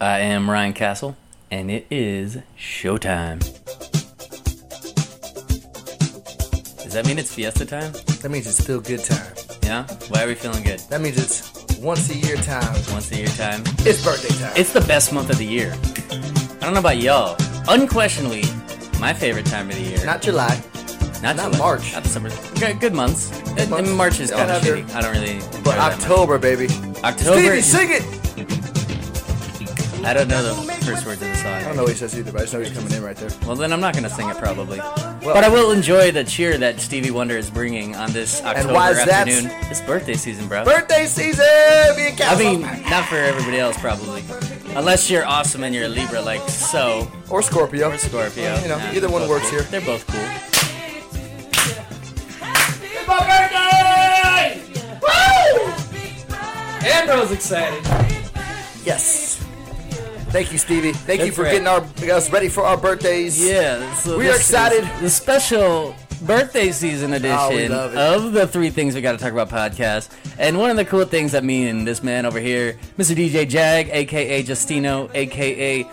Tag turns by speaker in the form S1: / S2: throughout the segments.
S1: I am Ryan Castle, and it is showtime. Does that mean it's fiesta time?
S2: That means it's still good time.
S1: Yeah? Why are we feeling good?
S2: That means it's once a year time.
S1: Once a year time?
S2: It's birthday time.
S1: It's the best month of the year. I don't know about y'all. Unquestionably, my favorite time of the year.
S2: not July.
S1: Not,
S2: not
S1: July,
S2: March.
S1: Not December. Good, good months. Uh,
S2: months.
S1: March is
S2: Oh,
S1: kind of
S2: sure.
S1: shitty. I don't really. enjoy
S2: But
S1: that much.
S2: October, baby.
S1: October.
S2: Stevie,
S1: is-
S2: sing it!
S1: I don't know the first words of the
S2: I
S1: song.
S2: don't know what he says either, but I just know he's coming in right there.
S1: Well, then I'm not going to sing it probably. but I will enjoy the cheer that Stevie Wonder is bringing on this October
S2: why is that?
S1: afternoon. It's birthday season, bro.
S2: Birthday season! Being
S1: I mean, not for everybody else probably. Unless you're awesome and you're a Libra like so,
S2: or Scorpio.
S1: or Scorpio.
S2: You know,
S1: Nah,
S2: either one
S1: both
S2: works
S1: cool.
S2: here.
S1: They're both cool.
S3: Ambrose excited.
S2: Yes. Thank you, Stevie. Thank you
S1: That's
S2: for
S1: right.
S2: getting our us ready for our birthdays.
S1: Yeah, so
S2: We are
S1: this is
S2: excited.
S1: The special birthday season edition
S2: Oh, we love it.
S1: of the Three Things We Gotta Talk About podcast. And one of the cool things that me and this man over here, Mr. DJ Jag, aka Justino, aka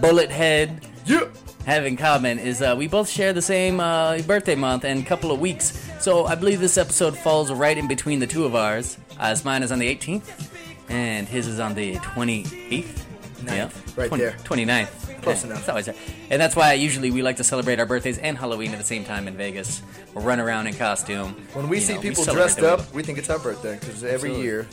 S1: Bullethead,
S2: Yeah.
S1: have in common is uh, we both share the same uh, birthday month and couple of weeks. So I believe this episode falls right in between the two of ours, as mine is on the 18th and his is on the 28th. Yeah,
S2: Right there.
S1: 29th.
S2: Close
S1: Yeah,
S2: enough.
S1: It's always there. And that's why usually we like to celebrate our birthdays and Halloween at the same time in Vegas. We'll run around in costume.
S2: When we
S1: You
S2: see
S1: know,
S2: people
S1: celebrate
S2: dressed
S1: the way-
S2: up, we think it's our birthday because every
S1: Absolutely.
S2: year,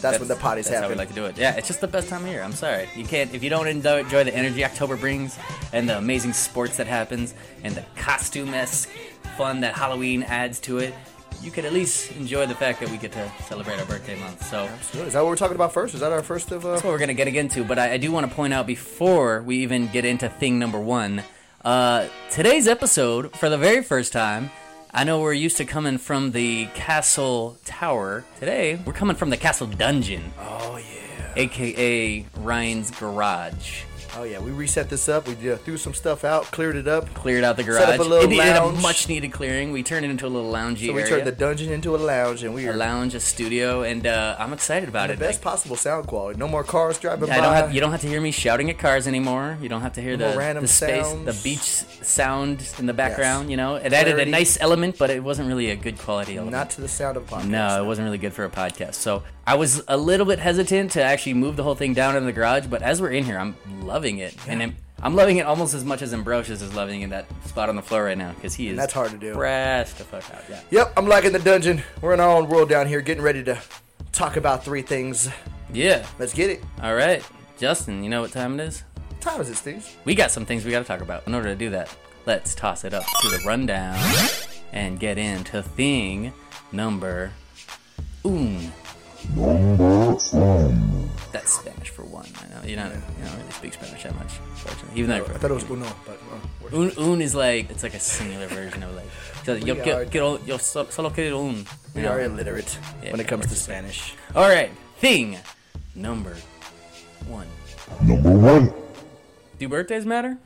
S2: that's, when the parties
S1: that's
S2: happen.
S1: How we like to do it. Yeah, it's just the best time of year. I'm sorry, you can't if you don't endo- enjoy the energy October brings and the amazing sports that happens and the costume esque fun that Halloween adds to it. You could at least enjoy the fact that we get to celebrate our birthday month. So
S2: Is that what we're talking about first? Is that our first of? Uh,
S1: that's what we're gonna get into. But I, I do want to point out before we even get into thing number one, uh, today's episode for the very first time. I know we're used to coming from the castle tower. Today we're coming from the castle dungeon,
S2: oh yeah.
S1: aka Ryan's garage.
S2: Oh yeah, we reset this up. We uh, threw some stuff out, cleared it up.
S1: Cleared out the garage.
S2: Set up a little
S1: it needed a
S2: lounge.
S1: much needed clearing. We turned it into a little loungy
S2: So we
S1: area.
S2: turned the dungeon into a lounge, and we
S1: a
S2: are
S1: lounge, a studio, and uh, I'm excited about
S2: the
S1: it.
S2: best possible sound quality. No more cars driving
S1: I
S2: by.
S1: don't have you don't have to hear me shouting at cars anymore. You don't have to hear
S2: No
S1: the,
S2: random
S1: the space, the
S2: sounds.
S1: beach sound in the background. You know, it added a
S2: Clarity.
S1: nice element, but it wasn't really a good quality element.
S2: Not to the sound of podcast.
S1: no, it wasn't really good for a podcast. So I was a little bit hesitant to actually move the whole thing down in the garage, but as we're in here, I'm loving it, and I'm, I'm loving it almost as much as Ambrosius is loving in that spot on the floor right now because he is
S2: that's hard to do.
S1: Brass the fuck out. Yeah.
S2: Yep, I'm liking the dungeon. We're in our own world down here, getting ready to talk about three things.
S1: Yeah.
S2: Let's get it.
S1: All right, Justin. You know what time it is?
S2: What time is it, Steve?
S1: We got some things we got to talk about. In order to do that, let's toss it up to the rundown and get into thing number un. That's Spanish for one. I know you don't you don't really speak Spanish that much, fortunately. Even though
S2: I thought it was Uno, but uh,
S1: un un is like it's like a singular version of like so yo
S2: We
S1: qui-
S2: are-
S1: quiero- yo so- solo quiero un.
S2: we
S1: You know?
S2: are illiterate
S1: Yeah,
S2: when it comes
S1: we're
S2: to
S1: just-
S2: Spanish.
S1: All right, thing number one.
S4: Number one.
S1: Do birthdays matter?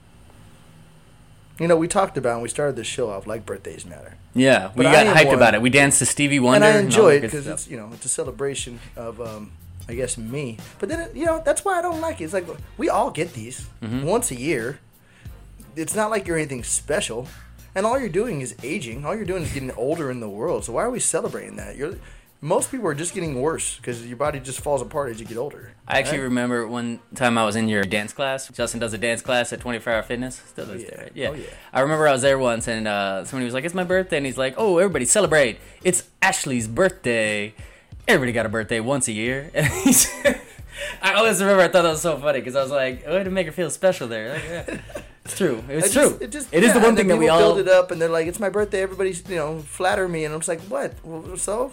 S2: You know, we talked about and we started this show off like birthdays matter,
S1: Yeah, we
S2: But I
S1: got
S2: am
S1: hyped
S2: one.
S1: about it. We danced to Stevie
S2: and
S1: Wonder.
S2: I
S1: all
S2: enjoy
S1: that
S2: it
S1: good
S2: because
S1: stuff.
S2: it's you know it's a celebration of um, I guess me. But then it, you know that's why I don't like it. It's like we all get these
S1: Mm-hmm.
S2: once a year. It's not like you're anything special, and all you're doing is aging. All you're doing is getting older in the world. So why are we celebrating that? You're most people are just getting worse because your body just falls apart as you get older.
S1: I actually remember one time I was in your dance class. Justin does a dance class at 24 Hour Fitness. Still does
S2: yeah.
S1: it, right? Yeah.
S2: Oh, yeah.
S1: I remember I was there once and uh, somebody was like, It's my birthday. And he's like, Oh, everybody celebrate. It's Ashley's birthday. Everybody got a birthday once a year. And he said, I always remember I thought that was so funny because I was like, Way to make her feel special there. Like, yeah. It's true. It was
S2: It's
S1: true.
S2: it just,
S1: it is
S2: yeah,
S1: the one
S2: and then
S1: thing that we
S2: people
S1: all,
S2: build it up, and they're like, "It's my birthday. Everybody's you know flatter me," and I'm just like, "What? Well, So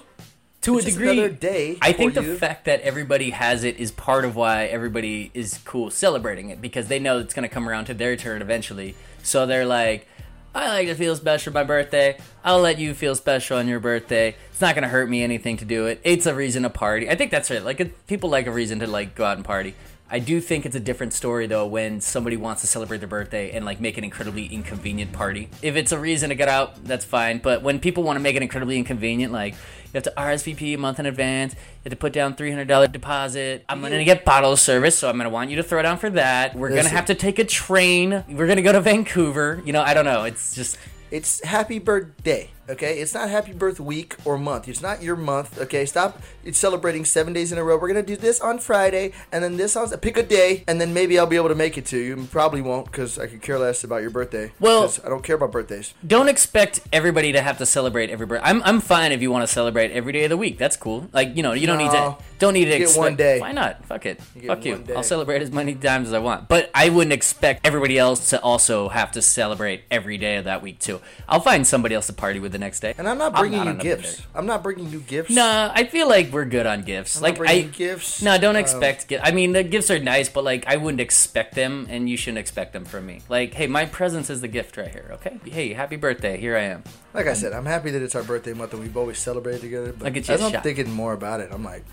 S1: to a
S2: It's just
S1: degree,
S2: another day
S1: I think
S2: for
S1: the
S2: you.
S1: fact that everybody has it is part of why everybody is cool celebrating it because they know it's going to come around to their turn eventually. So they're like, I like to feel special on my birthday. I'll let you feel special on your birthday. It's not going to hurt me anything to do it. It's a reason to party. I think that's it. Like it, people like a reason to like go out and party. I do think it's a different story though when somebody wants to celebrate their birthday and like make an incredibly inconvenient party. If it's a reason to get out, that's fine. But when people want to make it incredibly inconvenient, like you have to RSVP a month in advance, you have to put down three hundred dollar deposit. I'm gonna get bottle service, so I'm gonna want you to throw down for that. We're gonna
S2: Listen.
S1: have to take a train. We're gonna go to Vancouver. You know, I don't know. It's just
S2: It's happy birthday, okay? It's not happy birth week or month. It's not your month, okay? Stop it's celebrating seven days in a row. We're gonna do this on Friday, and then this on pick a day, and then maybe I'll be able to make it to you. Probably won't, because I could care less about your birthday.
S1: Well-
S2: 'Cause I don't care about birthdays.
S1: don't expect everybody to have to celebrate every birthday. I'm, I'm fine if you want to celebrate every day of the week. That's cool. Like you know, you don't need to
S2: No.
S1: don't need to
S2: get
S1: expect-
S2: one day.
S1: Why not? Fuck it.
S2: get
S1: Fuck you.
S2: one day.
S1: I'll celebrate as many times as I want. But I wouldn't expect everybody else to also have to celebrate every day of that week too. I'll find somebody else to party with the next day.
S2: And I'm not bringing
S1: not
S2: you
S1: an update.
S2: gifts. I'm not bringing you gifts.
S1: Nah, I feel like we're good on gifts.
S2: not
S1: like I
S2: bringing gifts.
S1: No, don't
S2: Um,
S1: expect. gi- I mean, the gifts are nice, but like I wouldn't expect them, and you shouldn't expect them from me. Like, hey, my presence is the gift right here. Okay. Hey, happy birthday. Here I am.
S2: Like I said, I'm happy that it's our birthday month and we've always celebrated together. But
S1: I'll get you a
S2: as I'm
S1: shot.
S2: thinking more about it, I'm like,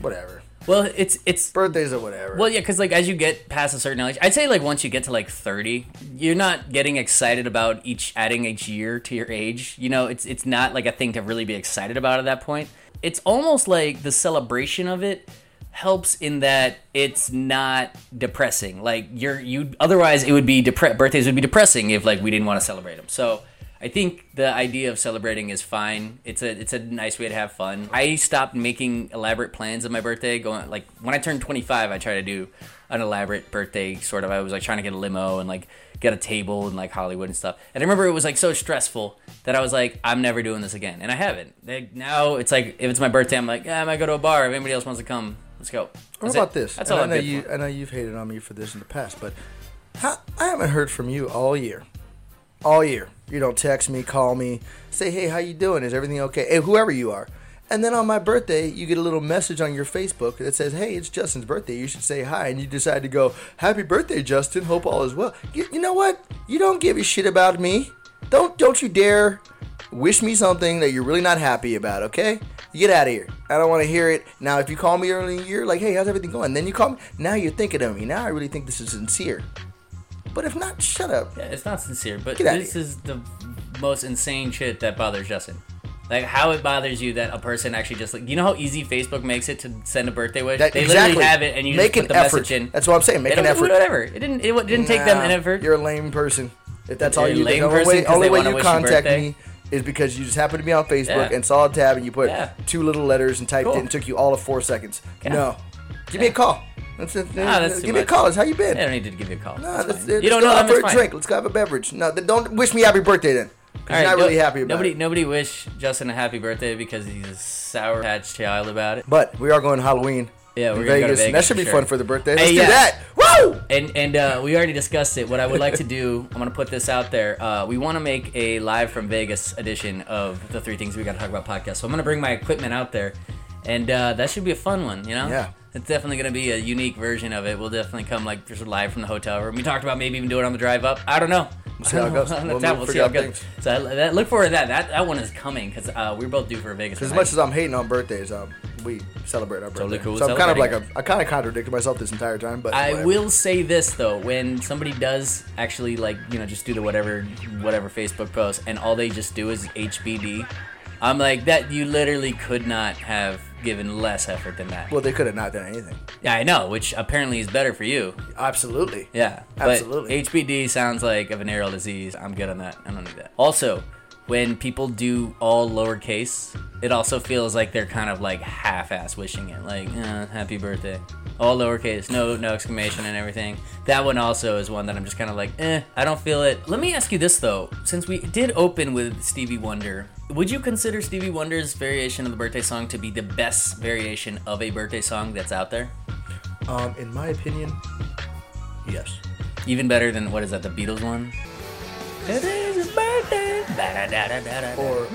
S2: whatever.
S1: Well, it's it's
S2: Birthdays are whatever.
S1: well, yeah, because like as you get past a certain age, I'd say like once you get to like thirty, you're not getting excited about each adding each year to your age. You know, it's it's not like a thing to really be excited about at that point. It's almost like the celebration of it helps in that it's not depressing. Like you're you otherwise it would be depre- birthdays would be depressing if like we didn't want to celebrate them. So I think the idea of celebrating is fine. It's a it's a nice way to have fun. I stopped making elaborate plans of my birthday. Going like when I turned 25, I tried to do an elaborate birthday sort of. I was like trying to get a limo and like get a table and like Hollywood and stuff. And I remember it was like so stressful that I was like, I'm never doing this again. And I haven't. Like now it's like if it's my birthday, I'm like, yeah, I might go to a bar. If anybody else wants to come, let's go.
S2: What
S1: That's
S2: about
S1: it.
S2: this?
S1: That's
S2: And
S1: all
S2: I
S1: I'm
S2: know
S1: good
S2: you.
S1: for.
S2: I know you've hated on me for this in the past, but how, I haven't heard from you all year. All year, you don't text me, call me, say, "Hey, how you doing? Is everything okay?" Hey, whoever you are. And then on my birthday, you get a little message on your Facebook that says, "Hey, it's Justin's birthday. You should say hi." And you decide to go, "Happy birthday, Justin. Hope all is well." You, you know what? You don't give a shit about me. Don't don't you dare wish me something that you're really not happy about, okay? You get out of here. I don't want to hear it. Now, if you call me early in the year, like, hey, how's everything going? Then you call me. Now you're thinking of me. Now I really think this is sincere. But if not, shut up.
S1: Yeah, it's not sincere, but
S2: Get outta
S1: this
S2: here.
S1: is the most insane shit that bothers Justin. Like how it bothers you that a person actually just like you know how easy Facebook makes it to send a birthday wish.
S2: That-
S1: they
S2: exactly.
S1: literally have it and you
S2: Make
S1: just put
S2: an
S1: the
S2: effort.
S1: message in.
S2: That's what I'm saying. Make
S1: They
S2: an
S1: don't do
S2: effort.
S1: Whatever. It didn't. It, wa- didn't take them an
S2: Nah,
S1: effort.
S2: You're a lame person. If that's all
S1: You're a
S2: you
S1: lame
S2: think, only
S1: person
S2: way,
S1: 'cause
S2: only
S1: they
S2: way
S1: wanna
S2: you
S1: wish you
S2: contact
S1: birthday.
S2: me is because you just happened to be on Facebook
S1: Yeah.
S2: and saw a tab and you put
S1: Yeah.
S2: two little letters and typed
S1: Cool.
S2: it and took you all of four seconds.
S1: Yeah.
S2: No. Give me a call. That's it.
S1: that's too
S2: Give me a
S1: much.
S2: call. It's how you been?
S1: They don't need to give you a call.
S2: No,
S1: That's
S2: that's,
S1: fine.
S2: it.
S1: you don't
S2: Let's
S1: know them.
S2: go out for
S1: It's
S2: a
S1: fine.
S2: drink. Let's go have a beverage. No, then don't wish me happy birthday then. 'cause
S1: All
S2: you're
S1: right,
S2: not
S1: no-
S2: really happy about
S1: nobody.
S2: it.
S1: Nobody wish Justin a happy birthday because he's a sour patch child about it.
S2: But we are going Halloween.
S1: Yeah,
S2: in
S1: we're gonna go to
S2: and
S1: Vegas
S2: That should be
S1: for
S2: fun
S1: sure.
S2: for the birthday. Let's
S1: Hey,
S2: do
S1: yeah.
S2: that. Woo!
S1: And and uh, we already discussed it. What I would like to do, I'm gonna put this out there. Uh, we want to make a live from Vegas edition of the three things we gotta talk about podcast. So I'm gonna bring my equipment out there, and uh, that should be a fun one. You know,
S2: Yeah.
S1: it's definitely gonna be a unique version of it. We'll definitely come like just live from the hotel room. We talked about maybe even doing it on the drive up. I don't know. We'll
S2: see how it goes.
S1: we'll
S2: We'll
S1: we'll see
S2: figure
S1: how
S2: out
S1: it goes. So I, that, look forward to that. That that one is coming because uh, we're both due for Vegas.
S2: As
S1: tonight.
S2: much as I'm hating on birthdays, um, we celebrate our birthday.
S1: Totally cool
S2: So I'm kind of like
S1: celebrating.
S2: a, I kind of contradicted myself this entire time, but
S1: I
S2: whatever.
S1: will say this though, when somebody does actually like you know just do the whatever whatever Facebook post, and all they just do is HBD, I'm like that. You literally could not have given less effort than that.
S2: Well, they could have not done anything.
S1: yeah, I know, which apparently is better for you.
S2: Absolutely.
S1: Yeah,
S2: Absolutely.
S1: But HBD sounds like a venereal disease. I'm good on that. I don't need that. Also, when people do all lowercase, it also feels like they're kind of like half-ass wishing it, like uh, "Happy birthday," all lowercase, no no exclamation and everything. That one also is one that I'm just kind of like, eh, I don't feel it. Let me ask you this though, since we did open with Stevie Wonder. Would you consider Stevie Wonder's variation of the birthday song to be the best variation of a birthday song that's out there?
S2: Um, in my opinion, yes.
S1: Even better than what is that, the Beatles one? It is your birthday. birthday. Ba-da-da-da-da-da.
S2: Or-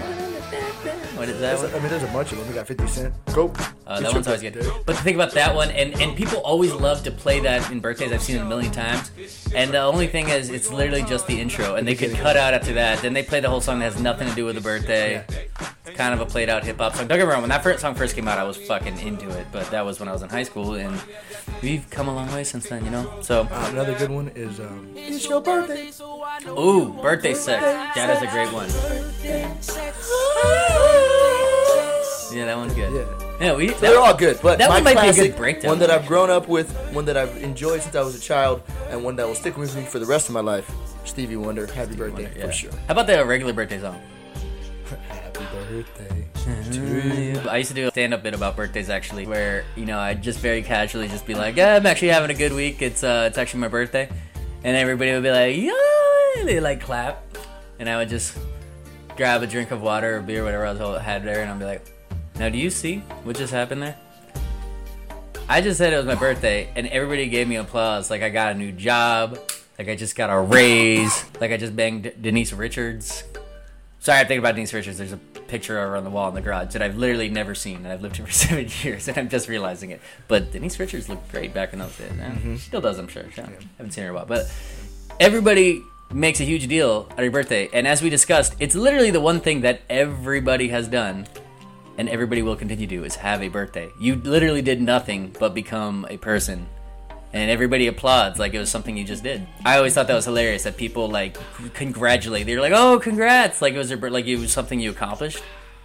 S1: what is that?
S2: There's
S1: One?
S2: a- I mean, there's a bunch of them. We got 50 Cent. Go.
S1: Uh,
S2: It's
S1: that
S2: your
S1: one's always good.
S2: birthday.
S1: But the thing about that one, and, and people always love to play that in birthdays. I've seen it a million times. And the only thing is, it's literally just the intro, and they could cut out after that. Then they play the whole song that has nothing to do with the birthday. It's kind of a played out hip hop song. Don't get me wrong, when that first song first came out, I was fucking into it. But that was when I was in high school, and we've come a long way since then, you know? So,
S2: Uh, another good one is um, It's Your Birthday.
S1: ooh, birthday sex. That is a great one. Yeah, that one's good.
S2: Yeah.
S1: Yeah, we. that-
S2: They're all good, but
S1: that
S2: my
S1: one might be a
S2: classic,
S1: good breakdown.
S2: one that I've grown up with, one that I've enjoyed since I was a child, and one that will stick with me for the rest of my life. Stevie Wonder, happy birthday
S1: Yeah.
S2: for sure.
S1: How about the regular birthday song?
S2: Happy birthday.
S1: I used to do a stand-up bit about birthdays actually, where you know I'd just very casually just be like, yeah, "I'm actually having a good week. It's uh, it's actually my birthday," and everybody would be like, "Yeah," and they like clap, and I would just grab a drink of water or beer, whatever else I had there, and I'd be like, "Now, do you see what just happened there?" I just said it was my birthday, and everybody gave me applause. Like I got a new job, like I just got a raise, like I just banged Denise Richards. Sorry, I'm thinking about Denise Richards. There's a picture over on the wall in the garage that I've literally never seen, and I've lived here for seven years, and I'm just realizing it. But Denise Richards looked great back in those days. and She still does, I'm sure. I haven't seen her in a while, but everybody makes a huge deal on your birthday, and as we discussed, it's literally the one thing that everybody has done, and everybody will continue to do is have a birthday. You literally did nothing but become a person and everybody applauds like it was something you just did. I always thought that was hilarious that people like c- congratulate. They're like, "Oh, congrats!" Like it was your, bir- like it was something you accomplished,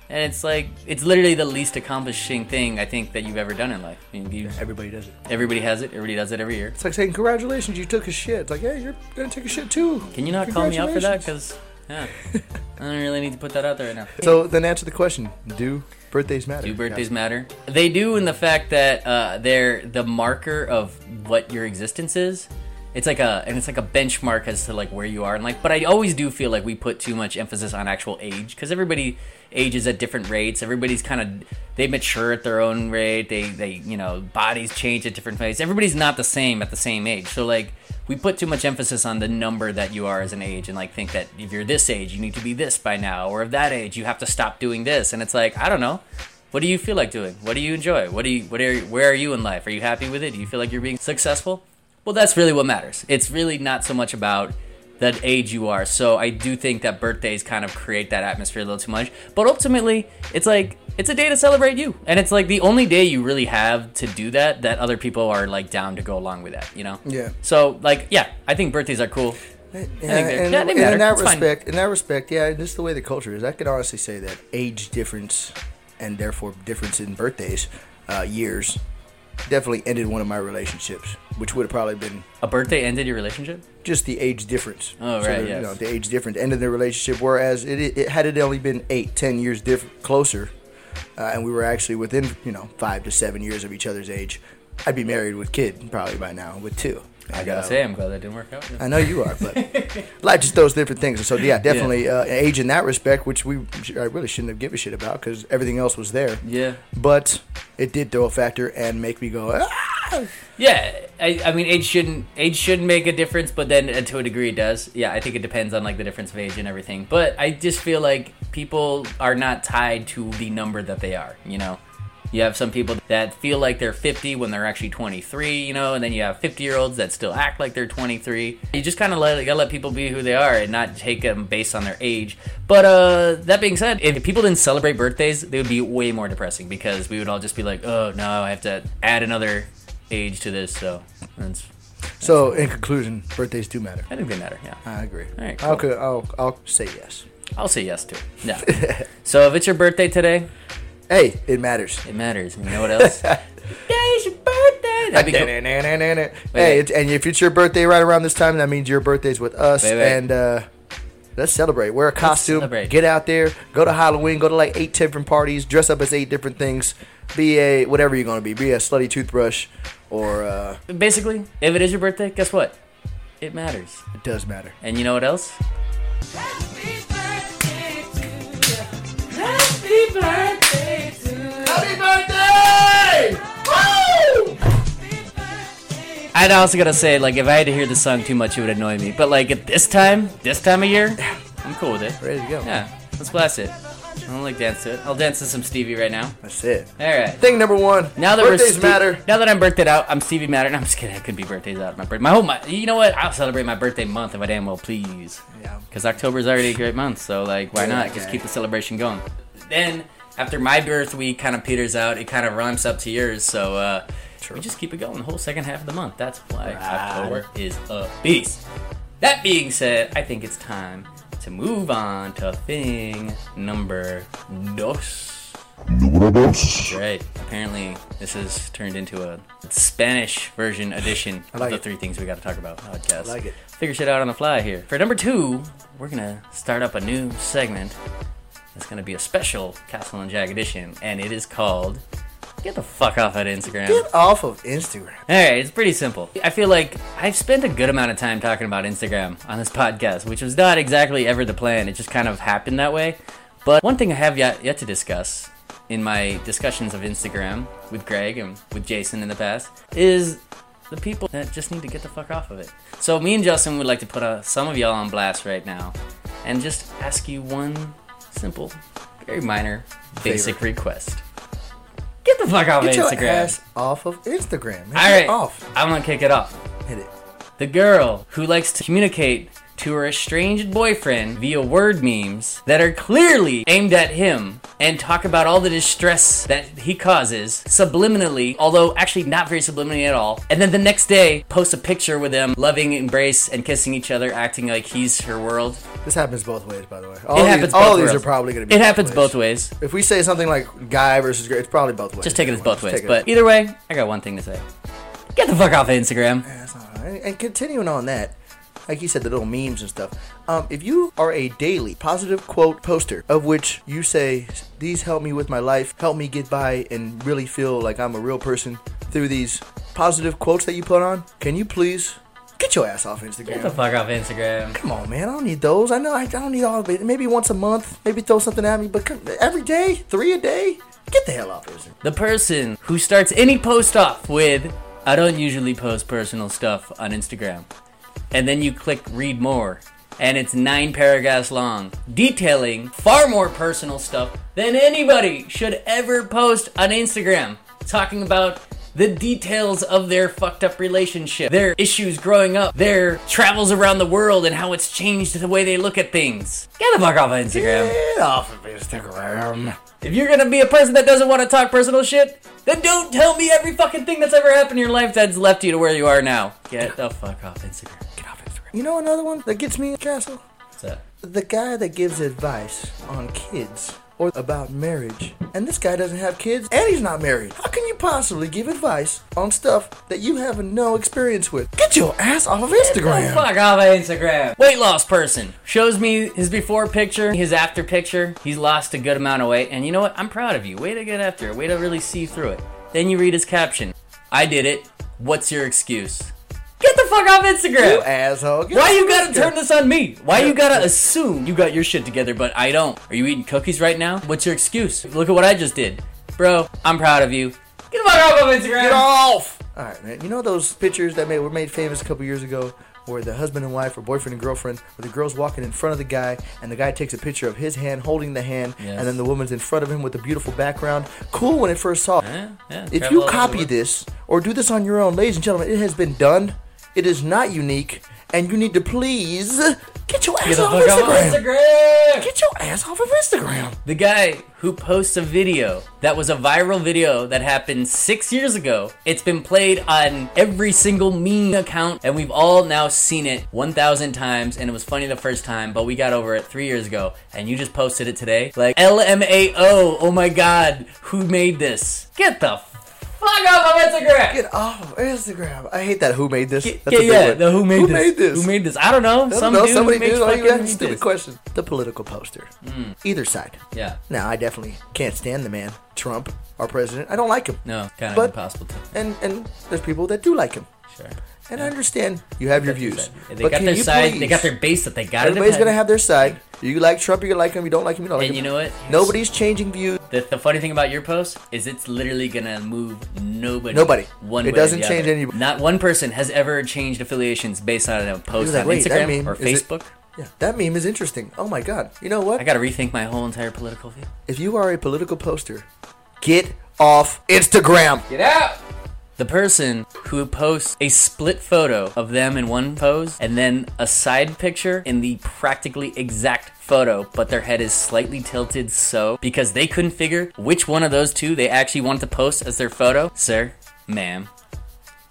S1: and it's like it's literally the least accomplishing thing I think that you've ever done in life. I mean, you,
S2: Everybody does it.
S1: everybody has it. Everybody does it every year.
S2: It's like saying, "Congratulations, you took a shit." It's like, "Hey, you're gonna take a shit too."
S1: Can you not call me out for that?
S2: Congratulations.
S1: Because yeah, I don't really need to put that out there right now.
S2: So then answer the question: Do birthdays matter?
S1: Do birthdays matter? They do in the fact that uh, they're the marker of what your existence is. It's like a and it's like a benchmark as to like where you are and like. But I always do feel like we put too much emphasis on actual age because everybody ages at different rates. Everybody's kind of they mature at their own rate. They they you know bodies change at different rates. Everybody's not the same at the same age. So like we put too much emphasis on the number that you are as an age and like think that if you're this age you need to be this by now or of that age you have to stop doing this and it's like I don't know. What do you feel like doing? What do you enjoy? What do you what are where are you in life? Are you happy with it? Do you feel like you're being successful? Well, that's really what matters. It's really not so much about that age you are. So I do think that birthdays kind of create that atmosphere a little too much. But ultimately, it's like it's a day to celebrate you. And it's like the only day you really have to do that that other people are like down to go along with that, you know?
S2: Yeah.
S1: So like yeah, I think birthdays are cool.
S2: Yeah,
S1: think they-
S2: and,
S1: yeah, they
S2: and
S1: matter.
S2: in that
S1: It's fine.
S2: respect, in that respect, yeah, just the way the culture is, I could honestly say that age difference and therefore difference in birthdays, uh, years, definitely ended one of my relationships, which would have probably been
S1: A birthday ended your relationship?
S2: just the age difference.
S1: Oh,
S2: So
S1: right,
S2: the,
S1: yes.
S2: You know, the age difference ended the relationship, whereas it, it, it had it only been eight, ten years diff- closer, uh, and we were actually within you know five to seven years of each other's age, I'd be married with kid probably by now with two.
S1: I
S2: And,
S1: gotta
S2: uh,
S1: say I'm glad that didn't work out.
S2: I know you are, but life just throws different things. So yeah, definitely Uh, age in that respect, which we sh- I really shouldn't have given a shit about because everything else was there.
S1: Yeah.
S2: But it did throw a factor and make me go. "Ah!"
S1: Yeah, I, I mean, age shouldn't age should make a difference, but then uh, to a degree it does. Yeah, I think it depends on like the difference of age and everything. But I just feel like people are not tied to the number that they are. You know, you have some people that feel like they're 50 when they're actually 23. You know, and then you have 50 year olds that still act like they're 23. You just kind of let gotta let people be who they are and not take them based on their age. But uh, that being said, if people didn't celebrate birthdays, they would be way more depressing because we would all just be like, oh no, I have to add another age to this, so that's,
S2: So in conclusion, birthdays do matter.
S1: I think they matter. Yeah,
S2: I agree.
S1: All right,
S2: I'll, co- I'll I'll say yes.
S1: I'll say yes to it. Yeah. so if it's your birthday today,
S2: Hey, it matters.
S1: it matters. You know what else? Today's your birthday. That'd be cool.
S2: Hey, it's, and if it's your birthday right around this time, that means your birthday's with us.
S1: Wait, wait.
S2: And uh, let's celebrate. Wear a costume.
S1: celebrate.
S2: Get out there. Go to Halloween. Go to like eight different parties. Dress up as eight different things. Be a whatever you're gonna be. Be a slutty toothbrush, or uh,
S1: Basically, if it is your birthday, guess what? It matters.
S2: it does matter.
S1: And you know what else? I'd also gotta say, like, if I had to hear the song too much, it would annoy me. But like at this time, this time of year, I'm I'm cool with it.
S2: Ready to go.
S1: Yeah, let's blast it. I don't like dance to it. I'll dance to some Stevie right now.
S2: That's it.
S1: All right.
S2: Thing number one.
S1: Now that
S2: birthdays
S1: we're Ste-
S2: matter.
S1: Now that I'm birthed out, I'm Stevie Matter. No, I'm just kidding. I could be birthdays out. My birthday. My whole. My, you know what? I'll celebrate my birthday month if I damn well please.
S2: Yeah.
S1: Because October's already a great month, so like, why not? Just
S2: Okay.
S1: keep the celebration going. Then after my birth week kind of peters out, it kind of ramps up to yours. So uh, we just keep it going the whole second half of the month. That's why October is a beast. That being said, I think it's time to move on to thing number dos. Right. Apparently, this has turned into a Spanish version edition
S2: I like
S1: of the
S2: it.
S1: three things we got to talk about podcast.
S2: I like it.
S1: Figure shit out on the fly here. For number two, we're gonna start up a new segment. It's gonna be a special Castle and Jack edition, and it is called "Get the fuck off at Instagram."
S2: Get off of Instagram.
S1: All right, it's pretty simple. I feel like I've spent a good amount of time talking about Instagram on this podcast, which was not exactly ever the plan. It just kind of happened that way. But one thing I have yet, yet to discuss in my discussions of Instagram with Greg and with Jason in the past is the people that just need to get the fuck off of it. So, me and Justin would like to put uh, some of y'all on blast right now and just ask you one simple, very minor, basic request. Get the fuck off
S2: Get
S1: of
S2: your
S1: Instagram.
S2: ass off of Instagram. Man.
S1: All
S2: Get
S1: right,
S2: off.
S1: I'm gonna kick it off.
S2: Hit it.
S1: The girl who likes to communicate to her estranged boyfriend via word memes that are clearly aimed at him and talk about all the distress that he causes subliminally, although actually not very subliminally at all. And then the next day, post a picture with them loving, embrace, and kissing each other, acting like he's her world.
S2: This happens both ways, by the way. All
S1: it
S2: these,
S1: happens.
S2: all
S1: both
S2: these
S1: ways.
S2: are probably going to be.
S1: It happens both ways.
S2: If we say something like guy versus girl, it's probably both ways.
S1: Just take it as both
S2: Just
S1: ways.
S2: take it
S1: But either way, I got one thing to say. Get the fuck off of Instagram.
S2: That's not right. And continuing on that, like you said, the little memes and stuff. Um, if you are a daily positive quote poster of which you say, "These help me with my life, help me get by, and really feel like I'm a real person through these positive quotes that you put on," can you please get your ass off
S1: Get the
S2: Instagram?
S1: fuck off of Instagram.
S2: Come on, man. I don't need those. I know I I don't need all of it. Maybe once a month, maybe throw something at me, but come- every day, three a day, get the hell off Instagram.
S1: The person who starts any post off with, I don't usually post personal stuff on Instagram. And then you click read more, and it's nine paragraphs long, detailing far more personal stuff than anybody should ever post on Instagram. Talking about the details of their fucked up relationship, their issues growing up, their travels around the world, and how it's changed the way they look at things. Get the fuck off of Instagram.
S2: Get off of Instagram.
S1: If you're gonna be a person that doesn't want to talk personal shit, then don't tell me every fucking thing that's ever happened in your life that's left you to where you are now. Get the fuck off Instagram. Get off Instagram.
S2: You know another one that gets me, Castle?
S1: What's that?
S2: the guy that gives advice on kids or about marriage and this guy doesn't have kids and he's not married how can you possibly give advice on stuff that you have no experience with get your ass off of
S1: Oh,
S2: instagram
S1: fuck off Instagram. Weight loss person shows me his before picture, his after picture. He's lost a good amount of weight, and you know what? I'm proud of you. Way to get after it. Way to really see through it. Then you read his caption. I did it. What's your excuse? Get the fuck off Instagram.
S2: you asshole Get
S1: Why
S2: off
S1: you
S2: of
S1: gotta
S2: Instagram.
S1: turn this on me? Why you gotta assume you got your shit together, but I don't? Are you eating cookies right now? What's your excuse? Look at what I just did. Bro, I'm proud of you. Get the fuck off of Instagram!
S2: Get off all right man you know those pictures that made, were made famous a couple years ago where the husband and wife or boyfriend and girlfriend where the girl's walking in front of the guy and the guy takes a picture of his hand holding the hand
S1: Yes.
S2: and then the woman's in front of him with a beautiful background cool when it first saw
S1: Yeah, yeah,
S2: If
S1: travel
S2: you
S1: all over the
S2: copy
S1: world.
S2: this or do this on your own, ladies and gentlemen, it has been done. It is not unique, and you need to please get your ass
S1: Get the
S2: off
S1: fuck off
S2: Instagram.
S1: Instagram!
S2: Get your ass off of Instagram.
S1: The guy who posts a video that was a viral video that happened six years ago. It's been played on every single meme account, and we've all now seen it 1,000 times. And it was funny the first time, but we got over it three years ago. And you just posted it today. Like, LMAO, oh my god, who made this? Get the fuck off of Instagram!
S2: Get off of Instagram. I hate that. Who made this?
S1: yeah,
S2: a good
S1: yeah,
S2: one.
S1: the who made
S2: who
S1: this?
S2: Made this?
S1: Who made this? I don't know.
S2: I don't
S1: Some
S2: know,
S1: dude
S2: somebody
S1: who makes
S2: did. Why you
S1: fucking Hmm.
S2: asking
S1: made
S2: stupid
S1: this.
S2: question. The political poster. Either side.
S1: Yeah.
S2: Now, I definitely can't stand the man, Trump, our president. I don't like him.
S1: No, kind of
S2: But-
S1: impossible to.
S2: And and there's people that do like him.
S1: Sure.
S2: And I understand you have your
S1: That's
S2: views.
S1: what I said. They
S2: but
S1: got
S2: can
S1: their
S2: you
S1: side. They
S2: please-
S1: got their base that they got.
S2: Everybody's gonna have their side. You like Trump, you like him. You don't like him, you don't like
S1: And
S2: him.
S1: you know what?
S2: Nobody's changing views.
S1: The, the funny thing about your post is it's literally gonna move nobody.
S2: Nobody.
S1: One. way
S2: It
S1: or
S2: doesn't
S1: the
S2: change
S1: other.
S2: anybody.
S1: Not one person has ever changed affiliations based on a post
S2: You're like,
S1: on
S2: "Wait, that
S1: Instagram
S2: meme,
S1: or
S2: is it-
S1: Facebook
S2: Yeah, that meme is interesting. Oh my god. You know what?
S1: I gotta rethink my whole entire political view.
S2: if you are a political poster, get off Instagram.
S3: Get out!
S1: The person who posts a split photo of them in one pose and then a side picture in the practically exact photo, but their head is slightly tilted so because they couldn't figure which one of those two they actually wanted to post as their photo. Sir, ma'am,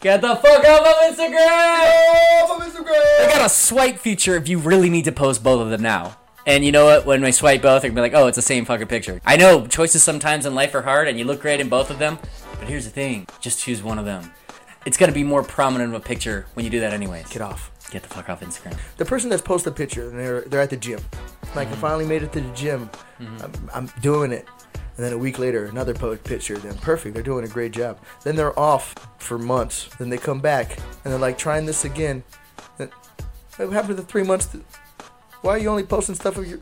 S1: get the fuck off of Instagram!
S2: Off of Instagram.
S1: I got a swipe feature if you really need to post both of them now. And you know what? When I swipe both, they're gonna be like, oh, it's the same fucking picture. I know choices sometimes in life are hard and you look great in both of them, but here's the thing just choose one of them. It's gonna be more prominent of a picture when you do that, anyways.
S2: Get off.
S1: Get the fuck off Instagram.
S2: the person that's posted a picture and they're they're at the gym. Like
S1: Mm-hmm.
S2: I finally made it to the gym. I'm, I'm doing it. And then a week later, another po- picture. Then perfect. They're doing a great job. Then they're off for months. Then they come back and they're like trying this again. Then- What happened to the three months? th- why are you only posting stuff of your?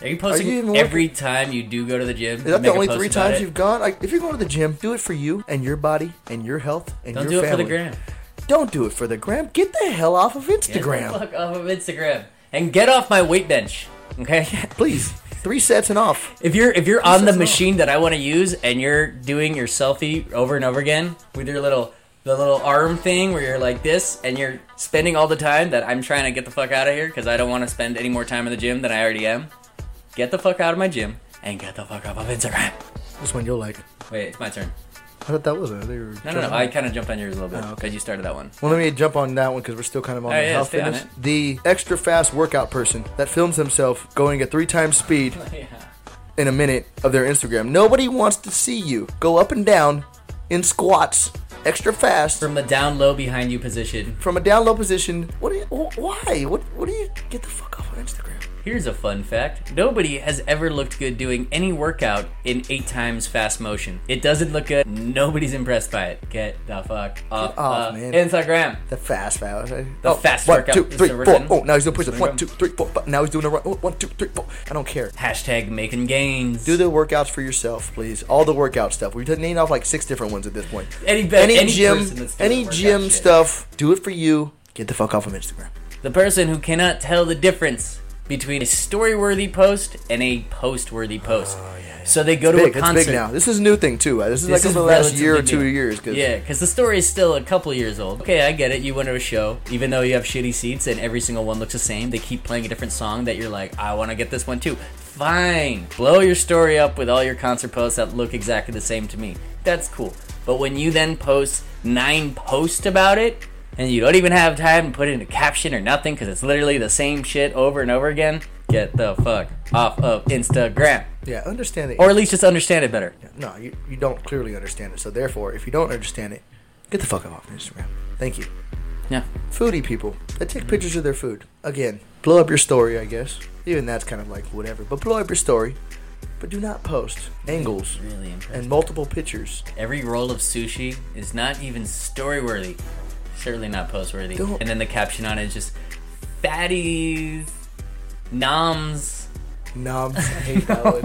S1: Are you
S2: posting
S1: posting
S2: Are you even
S1: every time you do go to the gym?
S2: Is that the only three times you've gone? Like, if you're going to the gym, do it for you and your body and your health and
S1: Don't
S2: your
S1: do it for
S2: family.
S1: the gram.
S2: Don't do it for the gram. Get the hell off of
S1: Get
S2: Instagram,
S1: the fuck off of Instagram. And get off my weight bench. Okay?
S2: please. Three sets and off.
S1: If you're if you're on the
S2: says "Oh." no?
S1: machine that I want to use and you're doing your selfie over and over again with your little the little arm thing where you're like this and you're spending all the time that I'm trying to get the fuck out of here because I don't want to spend any more time in the gym than I already am. Get the fuck out of my gym and get the fuck off of Instagram.
S2: This one you'll like.
S1: Wait, it's my turn.
S2: I thought that was it. I thought you were
S1: No, no, no. I kind of jumped on yours a little bit
S2: Oh,
S1: because
S2: okay.
S1: you started that one.
S2: Well, let me jump on that one because we're still kind of on
S1: Oh,
S2: the
S1: yeah,
S2: health
S1: stay on
S2: fitness. The extra fast workout person that films himself going at three times speed
S1: Yeah.
S2: in a minute of their Instagram. Nobody wants to see you go up and down in squats, extra fast from,
S1: From the down low behind you position.
S2: a down low position. What? Are you, wh- why? What? What do you get the fuck off of Instagram?
S1: Here's a fun fact. Nobody has ever looked good doing any workout in eight times fast motion. It doesn't look good. Nobody's impressed by it. Get the fuck off,
S2: off,
S1: of
S2: man.
S1: Instagram.
S2: The fast fast. The
S1: fast workout
S2: One,
S1: is
S2: two, three,
S1: the
S2: four.
S1: rhythm.
S2: Oh, now he's doing push-ups.
S1: the
S2: One,
S1: rhythm.
S2: two, three, four. Five. Now he's doing a run. Oh, One, two, three, four. I don't care.
S1: Hashtag making gains.
S2: Do the workouts for yourself, please. All the workout stuff. We've named off like six different ones at this point.
S1: any,
S2: any,
S1: person
S2: gym,
S1: that's doing
S2: any
S1: workout
S2: gym
S1: shit.
S2: stuff. Do it for you. Get the fuck off of Instagram.
S1: The person who cannot tell the difference between a story-worthy post and a post-worthy post. So they go to a
S2: Big, Oh, it's
S1: concert.
S2: big now. This is a new thing too. Uh, This is like over the last
S1: relatively
S2: year or two
S1: new.
S2: years. 'cause-
S1: yeah, because the story is still a couple years old. Okay, I get it. You went to a show, even though you have shitty seats and every single one looks the same. They keep playing a different song that you're like, I want to get this one too. Fine, blow your story up with all your concert posts that look exactly the same to me. That's cool. But when you then post nine posts about it and you don't even have time to put in a caption or nothing because it's literally the same shit over and over again, get the fuck off of Instagram.
S2: yeah. Understand it.
S1: Or at least just understand it better.
S2: no, you, you don't clearly understand it. So therefore, if you don't understand it, get the fuck off Instagram. Thank you.
S1: Yeah.
S2: Foodie people that take pictures of their food. Again, blow up your story. I guess even that's kind of like whatever. But blow up your story. But do not post angles
S1: Really impressive.
S2: and multiple pictures.
S1: Every roll of sushi is not even story worthy. Certainly not post worthy.
S2: Don't-
S1: And then the caption on it is just fatties, noms.
S2: Nom. I hate that one.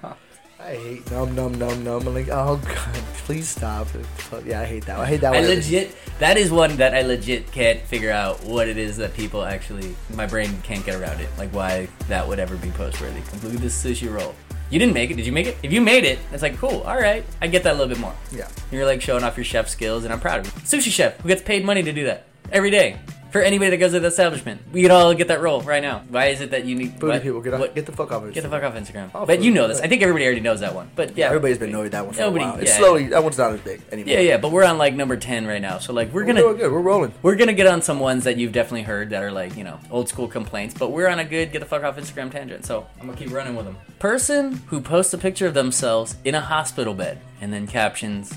S1: Noms.
S2: I hate num num num num. I'm like, oh god, please stop. Fuck, Yeah, I hate that. One. I hate that
S1: I
S2: one.
S1: legit, that is one that I legit can't figure out what it is that people actually, my brain can't get around it. Like why that would ever be post worthy. Like, Look at this sushi roll. You didn't make it, did you make it? If you made it, it's like, cool, all right. I get that a little bit more.
S2: Yeah.
S1: You're like showing off your chef skills, and I'm proud of you. Sushi chef who gets paid money to do that every day for anybody that goes to the establishment. We could all get that role right now. Why is it that you need
S2: Booty
S1: what-
S2: people, get,
S1: what-
S2: off, get the fuck off of
S1: get the
S2: Instagram.
S1: fuck off Instagram?
S2: Off
S1: but
S2: of
S1: you
S2: it.
S1: know this. I think everybody already knows that one. But yeah,
S2: Everybody's been knowing that one for
S1: Nobody-
S2: a while. It's
S1: yeah.
S2: slowly, that one's not as big anymore.
S1: Yeah, yeah. But we're on like number ten right now, so like we're
S2: We're
S1: gonna
S2: doing good. We're rolling.
S1: we're gonna get on some ones that you've definitely heard that are like you know old school complaints but we're on a good get the fuck off instagram tangent so i'm gonna keep running with them person who posts a picture of themselves in a hospital bed and then captions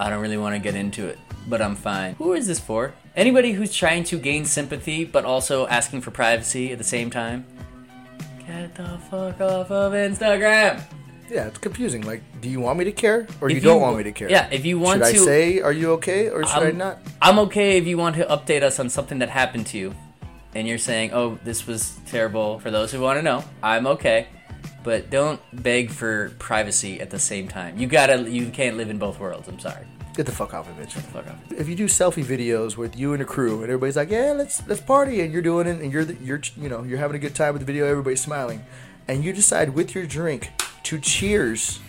S1: i don't really want to get into it but i'm fine who is this for anybody who's trying to gain sympathy but also asking for privacy at the same time get the fuck off of instagram
S2: Yeah, it's confusing. Like, do you want me to care or
S1: If
S2: you don't want me to care?
S1: yeah if you want
S2: should
S1: to
S2: I say, are you okay or should I not?
S1: I'm okay if you want to update us on something that happened to you, and you're saying, "Oh, this was terrible." For those who want to know, I'm okay, but don't beg for privacy at the same time. You gotta, you can't live in both worlds. I'm sorry.
S2: Get the fuck off of it.
S1: Fuck off.
S2: If you do selfie videos with you and a crew, and everybody's like, "Yeah, let's let's party," and you're doing it, and you're the, you're you know you're having a good time with the video, everybody's smiling, and you decide with your drink to cheers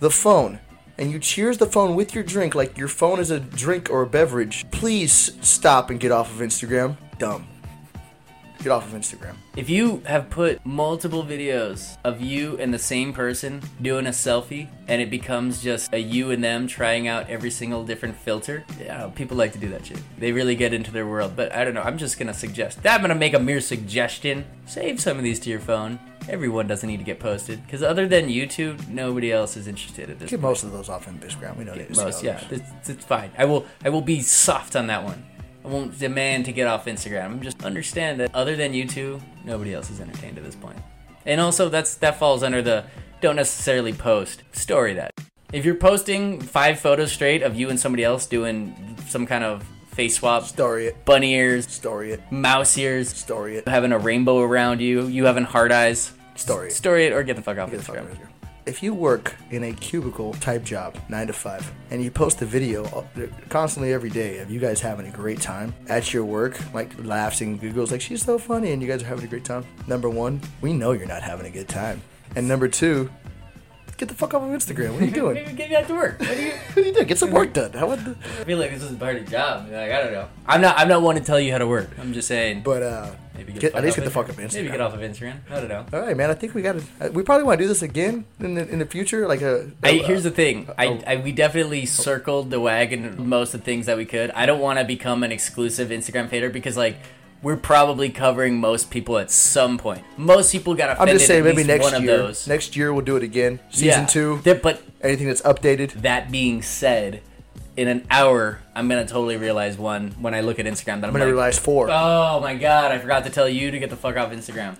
S2: the phone, and you cheers the phone with your drink like your phone is a drink or a beverage. Please stop and get off of Instagram. Dumb. Get off of Instagram.
S1: If you have put multiple videos of you and the same person doing a selfie and it becomes just a you and them trying out every single different filter, yeah, people like to do that shit. They really get into their world. But I don't know, I'm just gonna suggest that I'm gonna make a mere suggestion. Save some of these to your phone. Everyone doesn't need to get posted because other than YouTube, nobody else is interested at this.
S2: Get most of those off of Instagram. We know that.
S1: Most, yeah, it's, it's fine. I will, I will be soft on that one. I won't demand to get off Instagram. Just understand that other than you two, nobody else is entertained at this point. And also, that's that falls under the don't necessarily post story that. If you're posting five photos straight of you and somebody else doing some kind of face swap,
S2: Story it.
S1: bunny ears,
S2: Story it.
S1: mouse ears,
S2: Story it.
S1: having a rainbow around you, you having hard eyes,
S2: Story it.
S1: story it or get the fuck off
S2: Get the fuck out
S1: Instagram.
S2: of here. If you work in a cubicle type job, nine to five, and you post a video all- constantly every day of you guys having a great time at your work, like laughs and giggles, like she's so funny, and you guys are having a great time. Number one, we know you're not having a good time, and number two, get the fuck off of Instagram. What are you doing?
S1: Maybe get back to work. What do you?
S2: what are you doing? Get some work done. How about the-
S1: I feel like this is part of your job. Like I don't know. I'm not. I'm not one to tell you how to work. I'm just saying.
S2: But uh,
S1: Maybe
S2: get, at least get
S1: off
S2: the fuck
S1: Instagram.
S2: up Instagram.
S1: Maybe get off of Instagram. I don't know.
S2: All right, man. I think we got to. We probably want to do this again in the, in the future. Like a.
S1: I,
S2: uh,
S1: here's the thing.
S2: oh.
S1: I, I we definitely circled the wagon most of the things that we could. I don't want to become an exclusive Instagram hater because like we're probably covering most people at some point. Most people got
S2: I'm
S1: offended.
S2: just saying,
S1: at
S2: maybe
S1: least
S2: next
S1: one
S2: year.
S1: of those.
S2: Next year we'll do it again. Season
S1: Yeah.
S2: two.
S1: Th- but
S2: anything that's updated.
S1: that being said, in an hour, I'm gonna totally realize one when I look at Instagram that I'm,
S2: I'm
S1: like,
S2: gonna realize four.
S1: oh my god, I forgot to tell you to get the fuck off Instagram.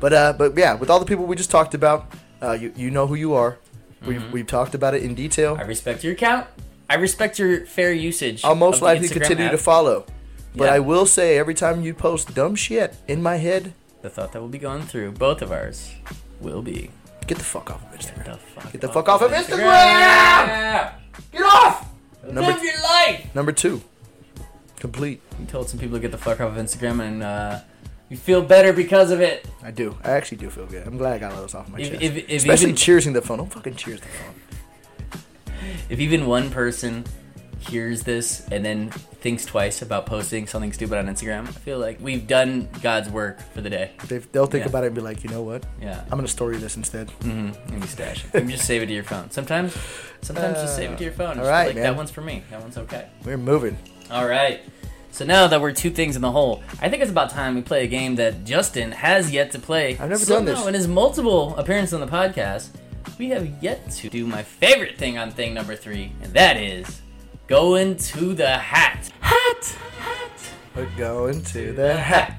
S2: But uh, but yeah, with all the people we just talked about, uh, you you know who you are. We've we've talked about it in detail.
S1: Mm-hmm. I respect your account. I respect your fair usage.
S2: I'll most
S1: of the
S2: likely
S1: Instagram
S2: continue
S1: app.
S2: to follow. But
S1: Yeah.
S2: I will say, every time you post dumb shit in my head,
S1: The thought that will be going through both of ours will be
S2: get the fuck off of Instagram.
S1: the fuck.
S2: Get the fuck off of
S1: Instagram!
S2: Get off. Number-
S1: Live your life.
S2: Number two, complete.
S1: We told some people to get the fuck off of Instagram, and uh, you feel better because of it.
S2: I do. I actually do feel good. I'm glad I got all this off my
S1: If-
S2: chest.
S1: if- if
S2: Especially
S1: even-
S2: cheersing the phone. Don't fucking cheers the phone.
S1: If even one person hears this and then thinks twice about posting something stupid on Instagram, I feel like we've done God's work for the day.
S2: They, they'll think
S1: Yeah.
S2: about it and be like, you know what?
S1: Yeah.
S2: I'm gonna story this instead.
S1: Mm-hmm. And you stash it. And just save it to your phone. Sometimes, sometimes just save it to your phone. Just
S2: all right,
S1: like,
S2: man.
S1: That one's for me. That one's okay.
S2: We're moving.
S1: All right. So now that we're two things in the hole, I think it's about time we play a game that Justin has yet to play.
S2: I've never done
S1: Somehow,
S2: this.
S1: In his multiple appearances on the podcast, we have yet to do my favorite thing on thing number three, and that is going to the hat. Hat. Hat.
S2: We're going to the hat.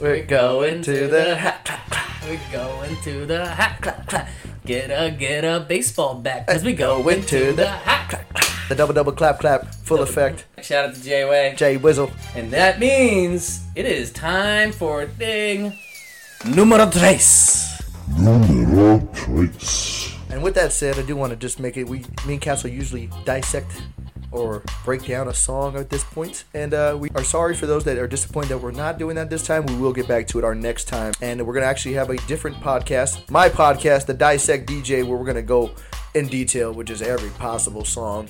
S1: We're going to the hat. We're going to the hat. Get a get a baseball bat because we go
S2: Going to
S1: into
S2: the
S1: the hat.
S2: The double double clap clap, full effect.
S1: Shout out to Jay Way.
S2: Jay Wizzle.
S1: And that means it is time for thing numero tres.
S4: Número 3.
S2: And with that said, I do want to just make it. We, me and Castle usually dissect or break down a song at this point, and uh, we are sorry for those that are disappointed that we're not doing that this time. We will get back to it our next time, and we're gonna actually have a different podcast, my podcast, the Dissect DJ, where we're gonna go in detail, which is every possible song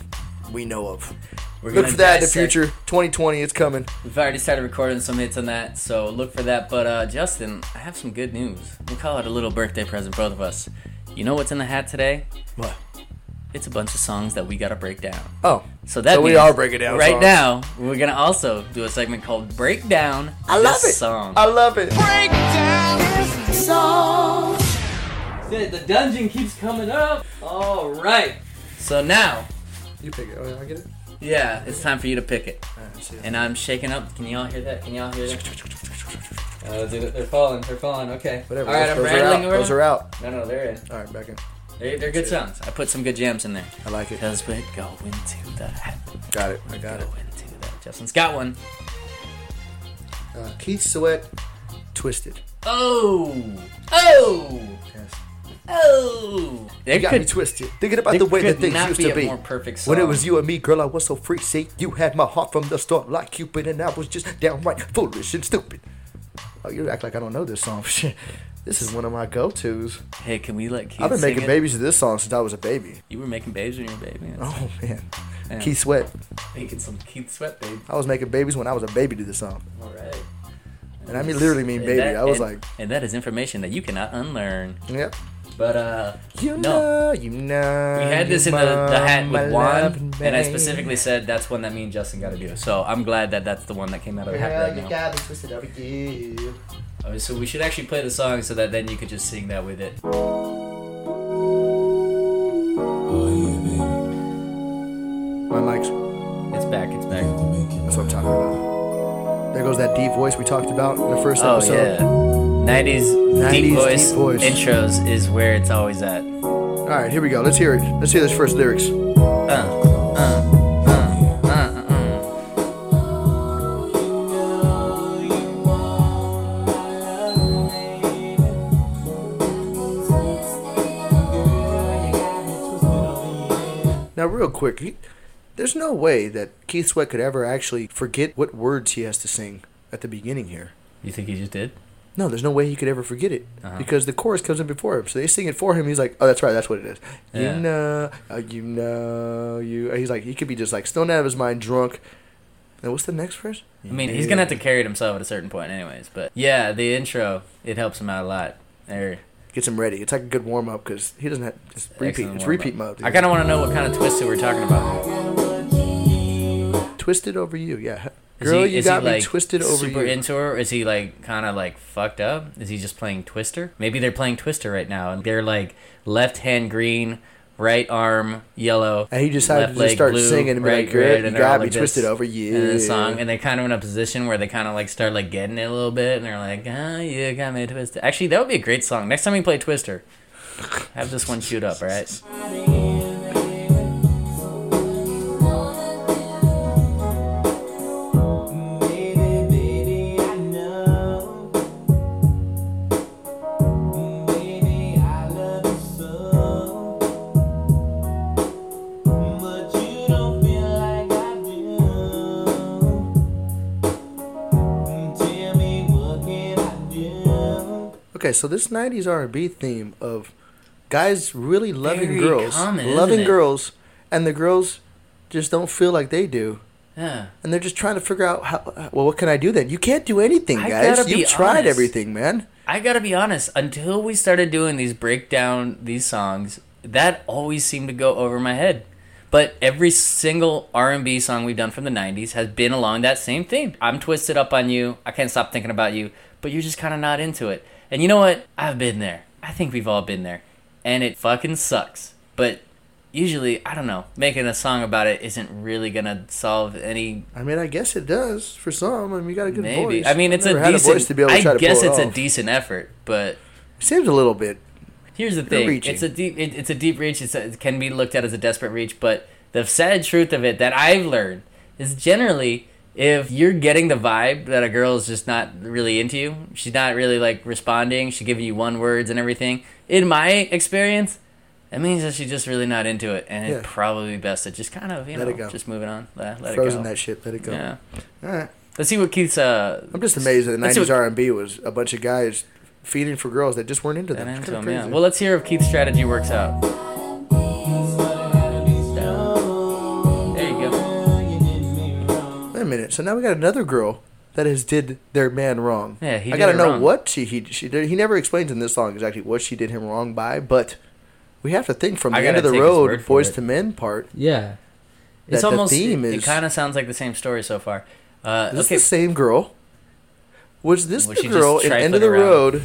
S2: we know of. Look
S1: gonna
S2: for that in the
S1: dissect-
S2: future. 2020, it's coming.
S1: We've already started recording some hits on that, so look for that. But uh, Justin, I have some good news. We'll call it a little birthday present for both of us. You know what's in the hat today?
S2: What?
S1: It's a bunch of songs that we gotta break down.
S2: Oh,
S1: So that
S2: So we
S1: means
S2: are breaking down
S1: right
S2: songs.
S1: now. We're gonna also do a segment called "Breakdown."
S2: I love
S1: this
S2: it.
S1: song.
S2: I love it.
S1: The, the dungeon keeps coming up. All right. So now,
S2: You pick it. Oh, I get it.
S1: yeah, it's time for you to pick it.
S2: All right, see ya.
S1: And I'm shaking up. Can y'all hear that? Can y'all hear that? Oh, they're, they're falling. They're falling. Okay.
S2: Whatever.
S1: All right,
S2: those,
S1: I'm
S2: those
S1: rattling
S2: are out.
S1: around.
S2: Those are out.
S1: No, no, they're in.
S2: All right, back in.
S1: They're, they're good songs. I put some good jams in there.
S2: I like it.
S1: Because we're going to the hat.
S2: Got it. I got it.
S1: Going to the Justin's got one.
S2: Uh, Keith Sweat, Twisted.
S1: Oh! Oh!
S2: Yes.
S1: Oh, they
S2: You got me
S1: could.
S2: twisted. Thinking about the
S1: there
S2: way that
S1: could
S2: things
S1: not
S2: used
S1: be
S2: to
S1: a
S2: be.
S1: more perfect
S2: When it
S1: song.
S2: was you and me, girl, I was so free. See, you had my heart from the start, like Cupid, and I was just downright foolish and stupid. Oh, you act like I don't know this song. Shit, this is one of my go-tos.
S1: hey, can we let Keith
S2: I've been
S1: sing
S2: making
S1: it?
S2: babies to this song since I was a baby.
S1: You were making babies when you were a baby. Oh.
S2: Oh man,
S1: Yeah.
S2: Keith Sweat.
S1: Making some Keith Sweat, babe.
S2: I was making babies when I was a baby to this song,
S1: All right.
S2: and I mean literally mean
S1: And
S2: baby.
S1: that-
S2: I was
S1: and-
S2: like,
S1: and that is information that you cannot unlearn.
S2: yep.
S1: But uh,
S2: You
S1: no,
S2: know, you know.
S1: we had this in the, the hat with Juan,
S2: one,
S1: and I specifically said that's one that me and Justin got to do. So I'm glad that that's the one that came out of the hat right now.
S2: got me twisted up again.
S1: Uh, So we should actually play the song so that then you could just sing that with it.
S2: My mic's.
S1: It's back. It's back.
S2: That's what I'm talking about. There goes that deep voice we talked about in the first
S1: Oh
S2: episode.
S1: yeah. 90s,
S2: 90s
S1: deep,
S2: deep
S1: voice
S2: voice.
S1: intros is where it's always at.
S2: All right, here we go. Let's hear it. Let's hear those first lyrics.
S1: Uh, uh, uh, uh, uh.
S2: Now, real quick, he, there's no way that Keith Sweat could ever actually forget what words he has to sing at the beginning here.
S1: You think he just did?
S2: No, there's no way he could ever forget it
S1: Uh-huh.
S2: because the chorus comes in before him. So they sing it for him. He's like, "Oh, that's right. That's what it is."
S1: Yeah.
S2: You know, uh, you know, you. He's like, he could be just like stoned out of his mind, drunk. And what's the next verse?
S1: I mean, he's gonna have to carry it himself at a certain point, anyways. But yeah, the intro it helps him out a lot. There,
S2: gets him ready. It's like a good warm up because he doesn't have it's repeat.
S1: excellent
S2: It's
S1: warm-up.
S2: repeat mode. dude.
S1: I kind of want to know what kind of twisted we're talking about.
S2: twisted over you. Yeah,
S1: Is
S2: girl,
S1: he,
S2: you
S1: is he,
S2: got me
S1: like,
S2: twisted over
S1: super
S2: you.
S1: into her? Or is he like kind of like fucked up? Is he just playing Twister? Maybe they're playing Twister right now, and they're like left hand green, right arm yellow,
S2: and he decided
S1: left
S2: to just
S1: leg
S2: start
S1: blue,
S2: singing and be
S1: right
S2: like, girl,
S1: red,
S2: you
S1: and they're all
S2: got me
S1: like this
S2: twisted over you.
S1: in the song, and they're kind of in a position where they kind of like start like getting it a little bit, and they're like, "Ah, you got me twisted." Actually, that would be a great song. Next time we play Twister, have this one queued up. All right.
S2: okay, so this '90s R&B theme of guys really loving
S1: Very
S2: girls,
S1: common, isn't
S2: loving
S1: it?
S2: girls, and the girls just don't feel like they do.
S1: Yeah.
S2: And they're just trying to figure out how. Well, what can I do then? You can't do anything,
S1: I
S2: guys.
S1: gotta be
S2: You've tried
S1: honest.
S2: everything, man.
S1: I gotta be honest. Until we started doing these breakdown these songs, that always seemed to go over my head. But every single R and B song we've done from the '90s has been along that same theme. I'm twisted up on you. I can't stop thinking about you. But you're just kind of not into it. And you know what? I've been there. I think we've all been there, and it fucking sucks. But usually, I don't know. Making a song about it isn't really gonna solve any
S2: I mean, I guess it does for some. I mean, you got a good
S1: maybe.
S2: voice.
S1: I mean,
S2: I've
S1: it's a
S2: never had
S1: decent.
S2: voice to be able to
S1: I
S2: try to
S1: guess
S2: pull
S1: it's
S2: it
S1: a
S2: off.
S1: decent effort, but.
S2: Seems a little bit.
S1: Here's the thing:
S2: reaching.
S1: it's a deep, it, it's a deep reach. It's a, it can be looked at as a desperate reach, but the sad truth of it that I've learned is generally, if you're getting the vibe that a girl is just not really into you, she's not really like responding, she's giving you one words and everything. In my experience, that means that she's just really not into it, and
S2: Yeah.
S1: it's probably best to just kind of you
S2: Let
S1: know
S2: it go.
S1: just moving on, let, let
S2: Frozen
S1: it go.
S2: that shit. Let it go.
S1: yeah,
S2: All right.
S1: let's see what Keith's. Uh,
S2: I'm just amazed that the
S1: Let's see
S2: '90s
S1: what-
S2: R&B was a bunch of guys feeding for girls that just weren't into them.
S1: that
S2: It's
S1: into
S2: kinda
S1: him, yeah.
S2: crazy.
S1: Well, let's hear if Keith's strategy works out. There you go.
S2: Wait a minute. So now we got another girl that has did their man wrong.
S1: Yeah, he
S2: I
S1: did
S2: gotta
S1: her
S2: know
S1: wrong.
S2: what she he she did. He never explains in this song exactly what she did him wrong by, but we have to think from the
S1: I
S2: end
S1: gotta
S2: of the
S1: take his
S2: road,
S1: word for
S2: boys
S1: it.
S2: to men part.
S1: Yeah.
S2: That
S1: It's
S2: the
S1: almost
S2: theme
S1: it,
S2: is-
S1: kind of sounds like the same story so far. Uh,
S2: Is this
S1: okay.
S2: the same girl? Was this
S1: Was
S2: the
S1: she just
S2: girl in End of the
S1: trifling around?
S2: Road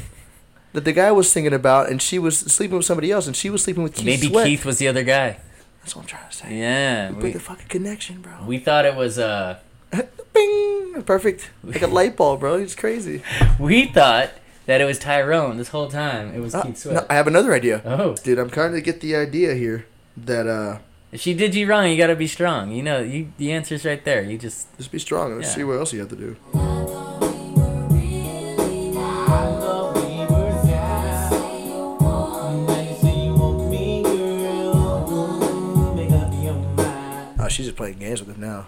S2: that the guy was singing about, and she was sleeping with somebody else, and she was sleeping with Keith
S1: Maybe
S2: Sweat?
S1: Keith was the other guy.
S2: That's what I'm trying to say.
S1: Yeah.
S2: Make
S1: We,
S2: the fucking connection, bro.
S1: we thought it was uh
S2: Bing! Perfect. Like a light bulb, bro. It's crazy.
S1: we thought that it was Tyrone this whole time. It was
S2: Uh,
S1: Keith Sweat.
S2: no, I have another idea.
S1: oh.
S2: Dude, I'm kind of get the idea here that uh
S1: If she did you wrong, you got to be strong. You know, you the answer's right there. You just
S2: just be strong and let's
S1: Yeah.
S2: see what else you have to do.
S5: I thought we were down. Now you
S2: Oh, friends with him now.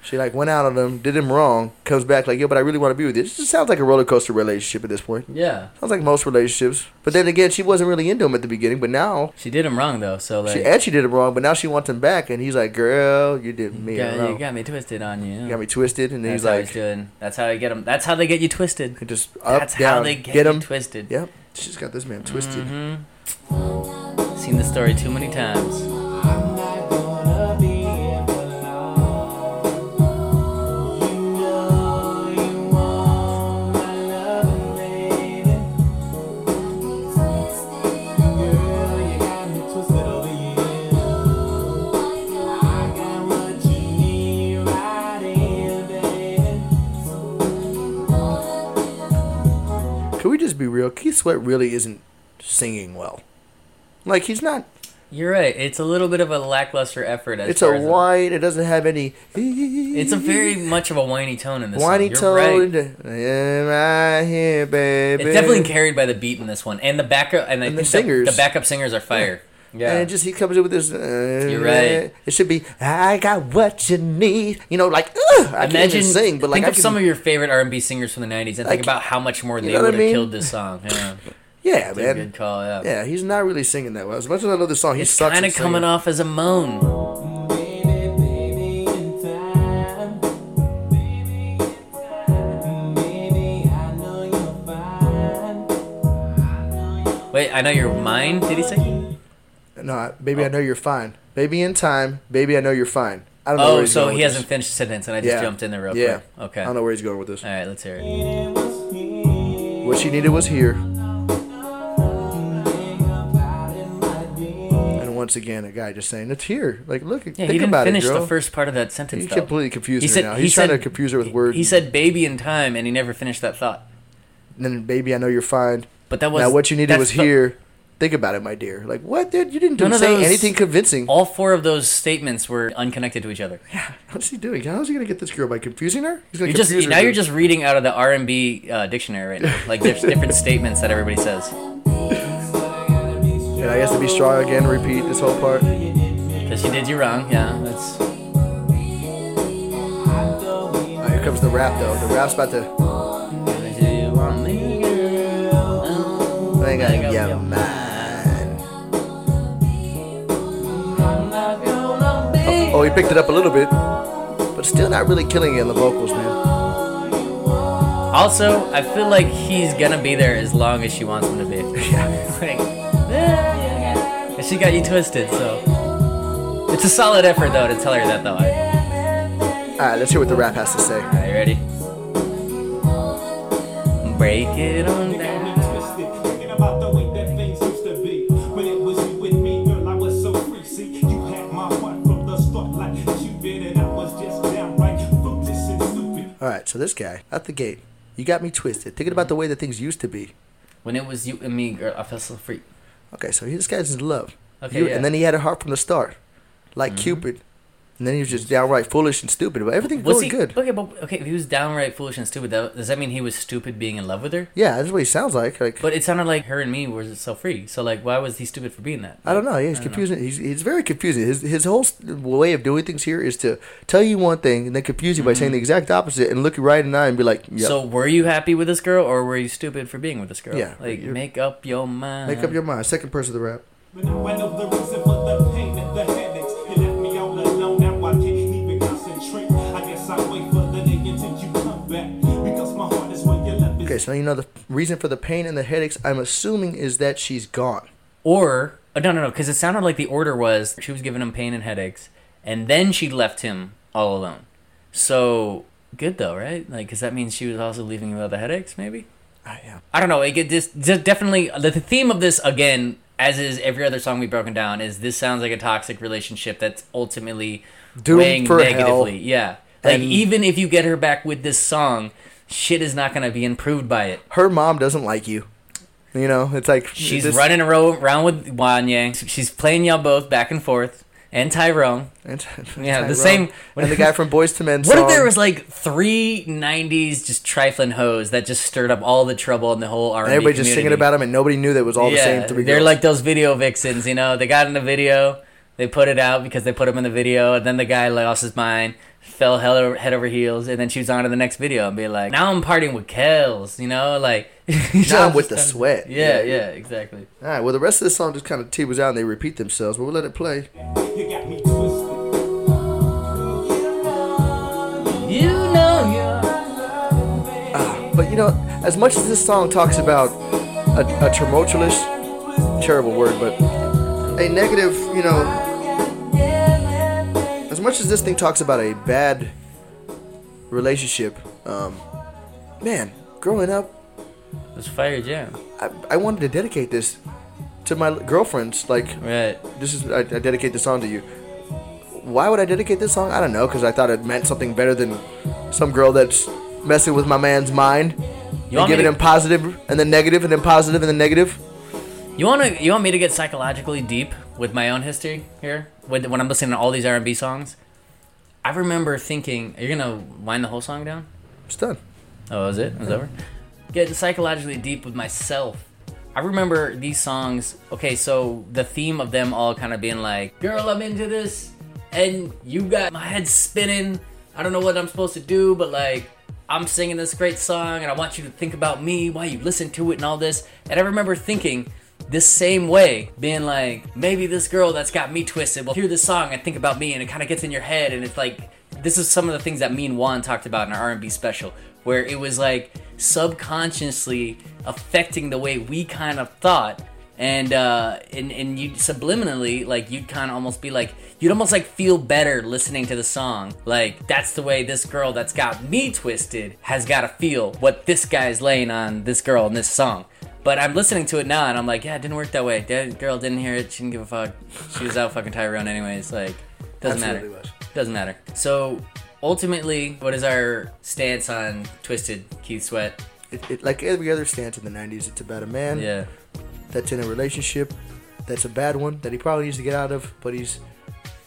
S2: She like went out on him, did him wrong, comes back like, yo, but I really want to be with you. This just sounds like a roller coaster relationship at this point.
S1: Yeah.
S2: Sounds like most relationships. But then again, she wasn't really into him at the beginning, but now
S1: She did him wrong though, so like
S2: she and she did him wrong, but now she wants him back and he's like, Girl, you did me
S1: yeah,
S2: wrong.
S1: you got me twisted on you.
S2: You got me twisted and then
S1: That's
S2: he's
S1: how
S2: like
S1: he's doing. That's how they get them. That's how they get you twisted.
S2: just up
S1: That's
S2: down,
S1: how they get,
S2: get
S1: you
S2: him.
S1: twisted.
S2: Yep. She's got this man twisted.
S1: Mm-hmm. Seen this story too many times. Mm-hmm.
S2: Can we just be real? Keith Sweat really isn't singing well. Like he's not
S1: You're right. It's a little bit of a lackluster effort. As
S2: it's
S1: far
S2: a
S1: as
S2: whine, it doesn't have any
S1: It's a very much of a whiny tone in this.
S2: whiny
S1: song. You're right.
S2: tone. Am I here, baby?
S1: It's definitely carried by the beat in this one, and the backup and, I
S2: And the
S1: think the
S2: singers.
S1: The, backup singers are fire. Yeah,
S2: And it just he comes in with this. Uh,
S1: You're right.
S2: It should be I got what you need. You know, like ugh, I can't
S1: imagine
S2: even sing, but like
S1: think
S2: I
S1: of
S2: can,
S1: some of your favorite R and B singers from the '90s, and
S2: I
S1: think
S2: can-
S1: about how much more they
S2: know what I
S1: would have
S2: mean?
S1: killed this song. Yeah,
S2: yeah,
S1: that's a
S2: man.
S1: good call. Yeah,
S2: Yeah, he's not really singing that well. As much as I love this song, he
S1: it's
S2: sucks.
S1: kind of coming off as a moan. Wait, I know you're mine. Did he say?
S2: No, I- baby,
S1: Oh.
S2: I know you're fine. Baby, in time. Baby, I know you're fine. I don't know. where
S1: Oh,
S2: he's
S1: so
S2: going
S1: he
S2: with
S1: hasn't
S2: this.
S1: finished the sentence, and I just
S2: Yeah.
S1: jumped in there real
S2: Yeah.
S1: quick. Okay.
S2: I
S1: All
S2: don't know where he's going with this.
S1: right, let's hear it.
S2: What she needed was here. And once again, a guy just saying it's here. Like, look,
S1: Yeah,
S2: think
S1: he didn't
S2: about
S1: finish
S2: it, girl.
S1: the first part of that sentence.
S2: He
S1: though.
S2: completely confused her now.
S1: he
S2: He's trying to confuse her with
S1: he-
S2: words.
S1: He said "baby" in time, and he never finished that thought.
S2: And then, baby, I know you're fine.
S1: But that was
S2: now, what you needed
S1: that's
S2: was
S1: the-
S2: here. Think about it, my dear. Like, what, dude? You didn't do,
S1: None of
S2: say
S1: those-
S2: anything convincing.
S1: All four of those statements were unconnected to each other.
S2: What's he doing? How's he gonna get this girl by confusing her? He's gonna
S1: You're just
S2: confuse her.
S1: now you're just reading out of the R and B uh, dictionary right now. Like there's different statements that everybody says.
S2: And I guess to be strong again. Repeat this whole part.
S1: Because she did you wrong. Yeah, that's
S2: Oh, here comes the rap though. The rap's about to. I ain't got yeah, man. Oh, oh, he picked it up a little bit, but still not really killing it in the vocals, man.
S1: Also, I feel like he's gonna be there as long as she wants him to be. like, eh, but she got you twisted, so it's a solid effort though to tell her that though. Are
S2: All right, let's hear what the rap has to say.
S1: you ready? Break it on down.
S2: All right, so this guy out the gate, you got me twisted. Thinking about the way that things used to be.
S1: When it was you and me, girl, I felt so free.
S2: Okay, so he- this guy's in love.
S1: Okay,
S2: You-
S1: yeah. Mm-hmm.
S2: And then he had a heart from the start, like Cupid. And then he was just downright foolish and stupid, but everything
S1: Was
S2: was
S1: he
S2: good.
S1: okay? But okay, if he was downright foolish and stupid. That, does that mean he was stupid being in love with her?
S2: Yeah, that's what he sounds like. Like
S1: But it sounded like her and me were so free. So like, why was he stupid for being that?
S2: I don't know. Yeah, he's
S1: I don't know.
S2: confusing. He's he's very confusing. His his whole s- way of doing things here is to tell you one thing and then confuse you by saying the exact opposite and look you right in the eye and be like, "Yep."
S1: Mm-hmm. So were you happy with this girl, or were you stupid for being with this girl?
S2: Yeah,
S1: Like,
S2: you're-
S1: make up your mind.
S2: make up your mind. Second person of the rap. Okay, so you know the reason for the pain and the headaches. I'm assuming is that she's gone.
S1: Or oh, no, no, no, because it sounded like the order was she was giving him pain and headaches, and then she left him all alone. So good though, right? Like, because that means she was also leaving him without the headaches, maybe.
S2: I am.
S1: I don't know. It get this, this definitely the the theme of this again, as is every other song we've broken down, is this sounds like a toxic relationship that's ultimately
S2: Doomed
S1: weighing
S2: for hell.
S1: negatively. Yeah, like
S2: And-
S1: even if you get her back with this song, shit is not gonna be improved by it.
S2: Her mom doesn't like you. You know, it's like
S1: She's
S2: this-
S1: running aro- around with Wanye. She's playing y'all both back and forth. And Tyrone.
S2: And,
S1: Yeah,
S2: Tyrone.
S1: the same.
S2: And the guy from Boys to Men.
S1: What if
S2: song.
S1: there was like three '90s just trifling hoes that just stirred up all the trouble in the whole R&B
S2: And everybody just singing
S1: community?
S2: about him, and nobody knew that it was all the same three.
S1: They're
S2: girls.
S1: like those video vixens, you know. They got in the video, They put it out because they put him in the video, and then the guy lost his mind, fell hell over, head over heels, and then she was on to the next video and be like, "Now I'm partying with Kells," you know, like
S2: Now I'm with the sweat.
S1: Yeah, yeah, exactly.
S2: All right. Well, the rest of the song just kind of tables out and they repeat themselves, but we'll let it play.
S5: You got me twisted.
S1: You know you're
S2: Ah, But you know, as much as this song talks about a, a tumultuous, terrible word, but a negative, you know, as much as this thing talks about a bad relationship, um, man, growing up,
S1: it's fire jam,
S2: I, I wanted to dedicate this to my girlfriends. Like,
S1: right?
S2: this is I, I dedicate this song to you. Why would I dedicate this song? I don't know, because I thought it meant something better than some girl that's messing with my man's mind
S1: You
S2: and
S1: want me
S2: giving
S1: to-
S2: him positive and then negative and then positive and then negative.
S1: You want to? You want me to get psychologically deep with my own history here? When, when I'm listening to all these R&B songs, I remember thinking, "You're gonna wind the whole song down."
S2: It's done.
S1: Oh, is it? It was over? Getting psychologically deep with myself. I remember these songs. Okay, so the theme of them all kind of being like, girl, I'm into this, and you got my head spinning. I don't know what I'm supposed to do, but like, I'm singing this great song, and I want you to think about me while you listen to it and all this. And I remember thinking this same way, being like, maybe this girl that's got me twisted will hear this song and think about me, and it kind of gets in your head, and it's like, this is some of the things that me and Juan talked about in our R&B special, where it was like subconsciously affecting the way we kind of thought, and uh, and and you subliminally like you'd kind of almost be like you'd almost like feel better listening to the song. Like that's the way this girl that's got me twisted has got to feel what this guy's laying on this girl in this song. But I'm listening to it now, and I'm like, yeah, it didn't work that way. That girl didn't hear it. She didn't give a fuck. She was out fucking Tyrone anyways. Like, doesn't
S2: Absolutely
S1: matter.
S2: was.
S1: Doesn't matter. So ultimately, what is our stance on Twisted Keith Sweat?
S2: It, it, like every other stance in the 90s, it's about a man
S1: Yeah.
S2: that's in a relationship that's a bad one that he probably needs to get out of, but he's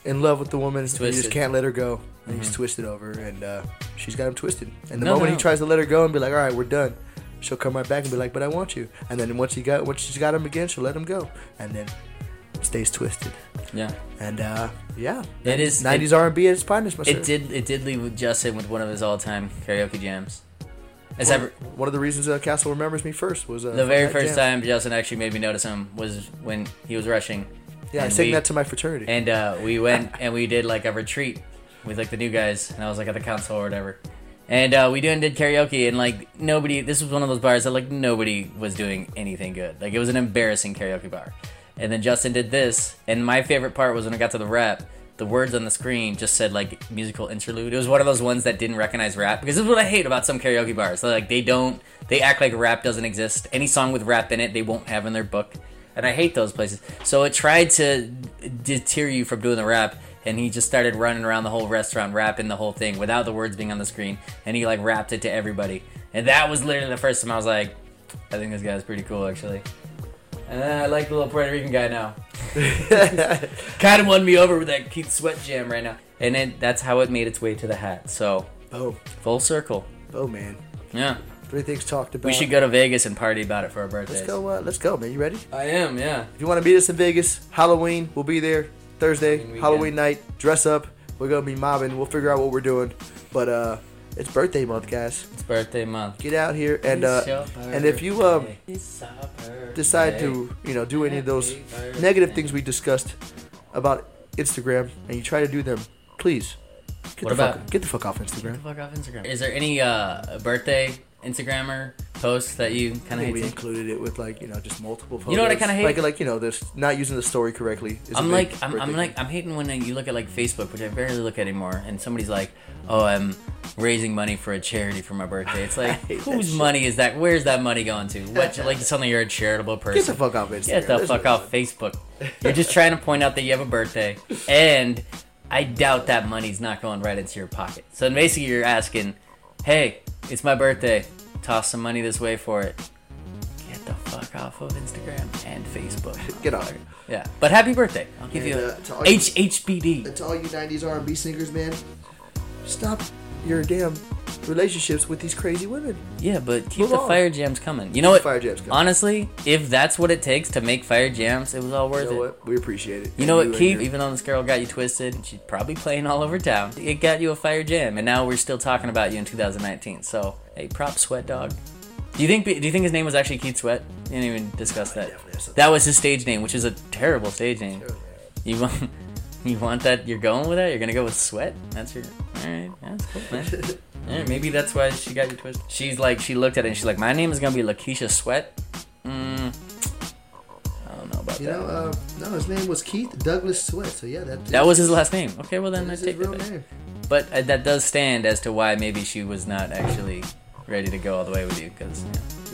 S2: in love with the woman. and He
S1: twisted. Mm-hmm.
S2: just can't let her go. And he's twisted over, and uh, she's got him twisted. And the
S1: No,
S2: moment
S1: no.
S2: he tries to let her go and be like, "All right, we're done," she'll come right back and be like, "But I want you." And then once he got, once she's got him again, she'll let him go, and then stays twisted.
S1: Yeah.
S2: And uh, yeah,
S1: It is. it-
S2: nineties R and B at its finest, my
S1: It
S2: sir.
S1: did. It did leave Justin with one of his all-time karaoke jams. As
S2: One,
S1: ever,
S2: one of the reasons uh, Castle remembers me first was uh,
S1: the very
S2: that
S1: first
S2: jam.
S1: time Justin actually made me notice him was when he was rushing,
S2: Yeah, I
S1: and
S2: sang
S1: we-
S2: that to my fraternity.
S1: and uh, we went and we did like a retreat with like the new guys, and I was like at the council or whatever, and uh, we did did karaoke, and like nobody. This was one of those bars that like nobody was doing anything good. Like it was an embarrassing karaoke bar, and then Justin did this, and my favorite part was when I got to the rap. the words on the screen just said like musical interlude. It was one of those ones that didn't recognize rap because this is what I hate about some karaoke bars. They're like they don't, they act like rap doesn't exist. Any song with rap in it, they won't have in their book, and I hate those places. So it tried to deter you from doing the rap, and he just started running around the whole restaurant rapping the whole thing without the words being on the screen, and he like rapped it to everybody. And that was literally the first time I was like, I think this guy's pretty cool actually. And I like the little Puerto Rican guy now kind of won me over with that Keith Sweat jam right now. And then that's how it made its way to the hat. So
S2: oh,
S1: full circle.
S2: oh man,
S1: Yeah,
S2: three things talked about.
S1: we should go to Vegas and party about it for our birthdays.
S2: Let's go. Uh, let's go, man. You ready?
S1: I am. Yeah.
S2: If you want to meet us in Vegas, Halloween, we'll be there Thursday,
S1: Halloween weekend.
S2: Halloween night. Dress up. We're gonna be mobbing. We'll figure out what we're doing. But uh, it's birthday month, guys.
S1: It's birthday month.
S2: Get out here and uh, and if you um decide to you know do any of those negative things we discussed about Instagram and you try to do them, please get
S1: What
S2: the
S1: about-
S2: fuck get the fuck off Instagram.
S1: Fuck off Instagram. Is there any uh, birthday Instagrammer posts that you
S2: I
S1: kind of
S2: think we
S1: hate? to-
S2: included it with like you know just multiple. Photos.
S1: You know what I kinda hate?
S2: Like like you know this not using the story correctly. is a
S1: I'm
S2: big
S1: like, I'm, I'm
S2: birthday
S1: like, I'm hating when uh, you look at like Facebook, which I barely look at anymore, and somebody's like, "Oh, I'm raising money for a charity for my birthday." It's like,
S2: hate that
S1: whose
S2: shit.
S1: money is that? Where's that money going to? What? like, suddenly you're a charitable person.
S2: Get the fuck off Instagram.
S1: Get the
S2: There's
S1: fuck
S2: no-
S1: off Facebook. You're just trying to point out that you have a birthday, and I doubt that money's not going right into your pocket. So basically, you're asking, "Hey, it's my birthday. Toss some money this way for it." Get the fuck off of Instagram and Facebook.
S2: Get off.
S1: Yeah, but happy birthday. I'll give
S2: And,
S1: you
S2: uh, to all
S1: a
S2: you-
S1: H HBD.
S2: to all you '90s R&B singers, man, stop your damn relationships with these crazy women.
S1: Yeah, but keep
S2: Move
S1: the
S2: on.
S1: fire jams coming. You know what?
S2: Fire jams coming.
S1: Honestly, if that's what it takes to make fire jams, it was all worth
S2: You know
S1: it.
S2: what? We appreciate it.
S1: You know what,
S2: and
S1: Keith?
S2: your-
S1: Even though this girl got you twisted, and she's probably playing all over town. It got you a fire jam, and now we're still talking about you in 2019. So, hey, prop Sweat Dog. Do you think? Do you think his name was actually Keith Sweat? You didn't even discuss that.
S2: definitely have something.
S1: That was his stage name, which is a terrible stage name. You want? You want that? You're going with that? You're gonna go with Sweat? That's your. All right, that's cool, man. All right, maybe that's why she got you twisted. She's like, she looked at it and she's like, my name is gonna be Lakeisha Sweat. Mm, I don't know about
S6: You
S1: that.
S6: know, uh, no, his name was Keith Douglas Sweat. So yeah, that
S1: That was his last name. Okay, well then I
S6: that is his
S1: take
S6: real
S1: that back.
S6: name.
S1: But uh, that does stand as to why maybe she was not actually ready to go all the way with you, because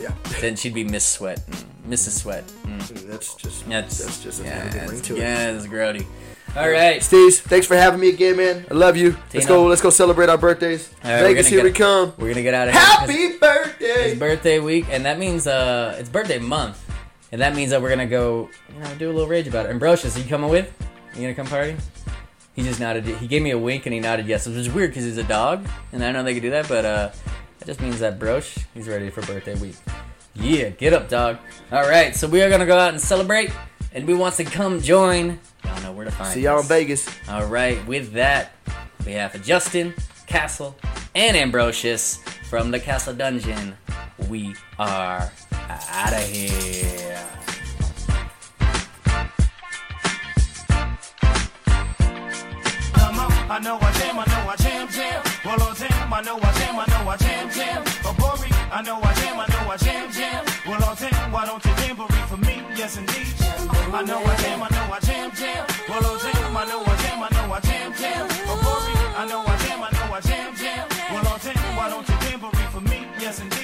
S2: Yeah,
S1: then she'd be Miss Sweat, and Mrs. Sweat. Mm.
S2: that's just
S1: That's,
S2: that's just
S1: yeah,
S2: another ring
S1: it's-
S2: to it.
S1: yeah, it's grody. All right,
S2: Steez, thanks for having me again, man. I love you.
S1: Tino.
S2: Let's go. Let's go celebrate our birthdays.
S1: All right, we're
S2: Vegas,
S1: gonna
S2: here
S1: get-
S2: we come.
S1: we're gonna get out of here. 'cause
S2: Happy birthday!
S1: It's birthday week, and that means uh, it's birthday month, and that means that we're gonna go, you know, do a little rage about it. Ambrosius, are you coming with? You gonna come party? He just nodded. He gave me a wink and he nodded yes, which is weird because he's a dog, and I know they could do that, but uh, that just means that Brosh, he's ready for birthday week. Yeah, get up, dog. All right, so we are gonna go out and celebrate, and we wants to come join. Y'all know where to find.
S2: See y'all in
S1: us.
S2: Vegas.
S1: All right, with that, on behalf of Justin, Castle, and Ambrosius from the Castle Dungeon, we are out of here.
S7: come out. I know I jam, I know I jam, jam. Well, oh, damn, I know I jam, I know I jam, jam. Oh, Bori, I know I jam, I know I jam, jam. Well, oh, damn, why don't you jamboree for me? Yes, indeed. I know I jam, I know I jam, jam. Well, oh, damn, I know I jam, I know I jam, jam. Oh, Bori, I know I jam, I know I jam, jam. Well, oh, damn, why don't you jamboree for me? Yes, indeed.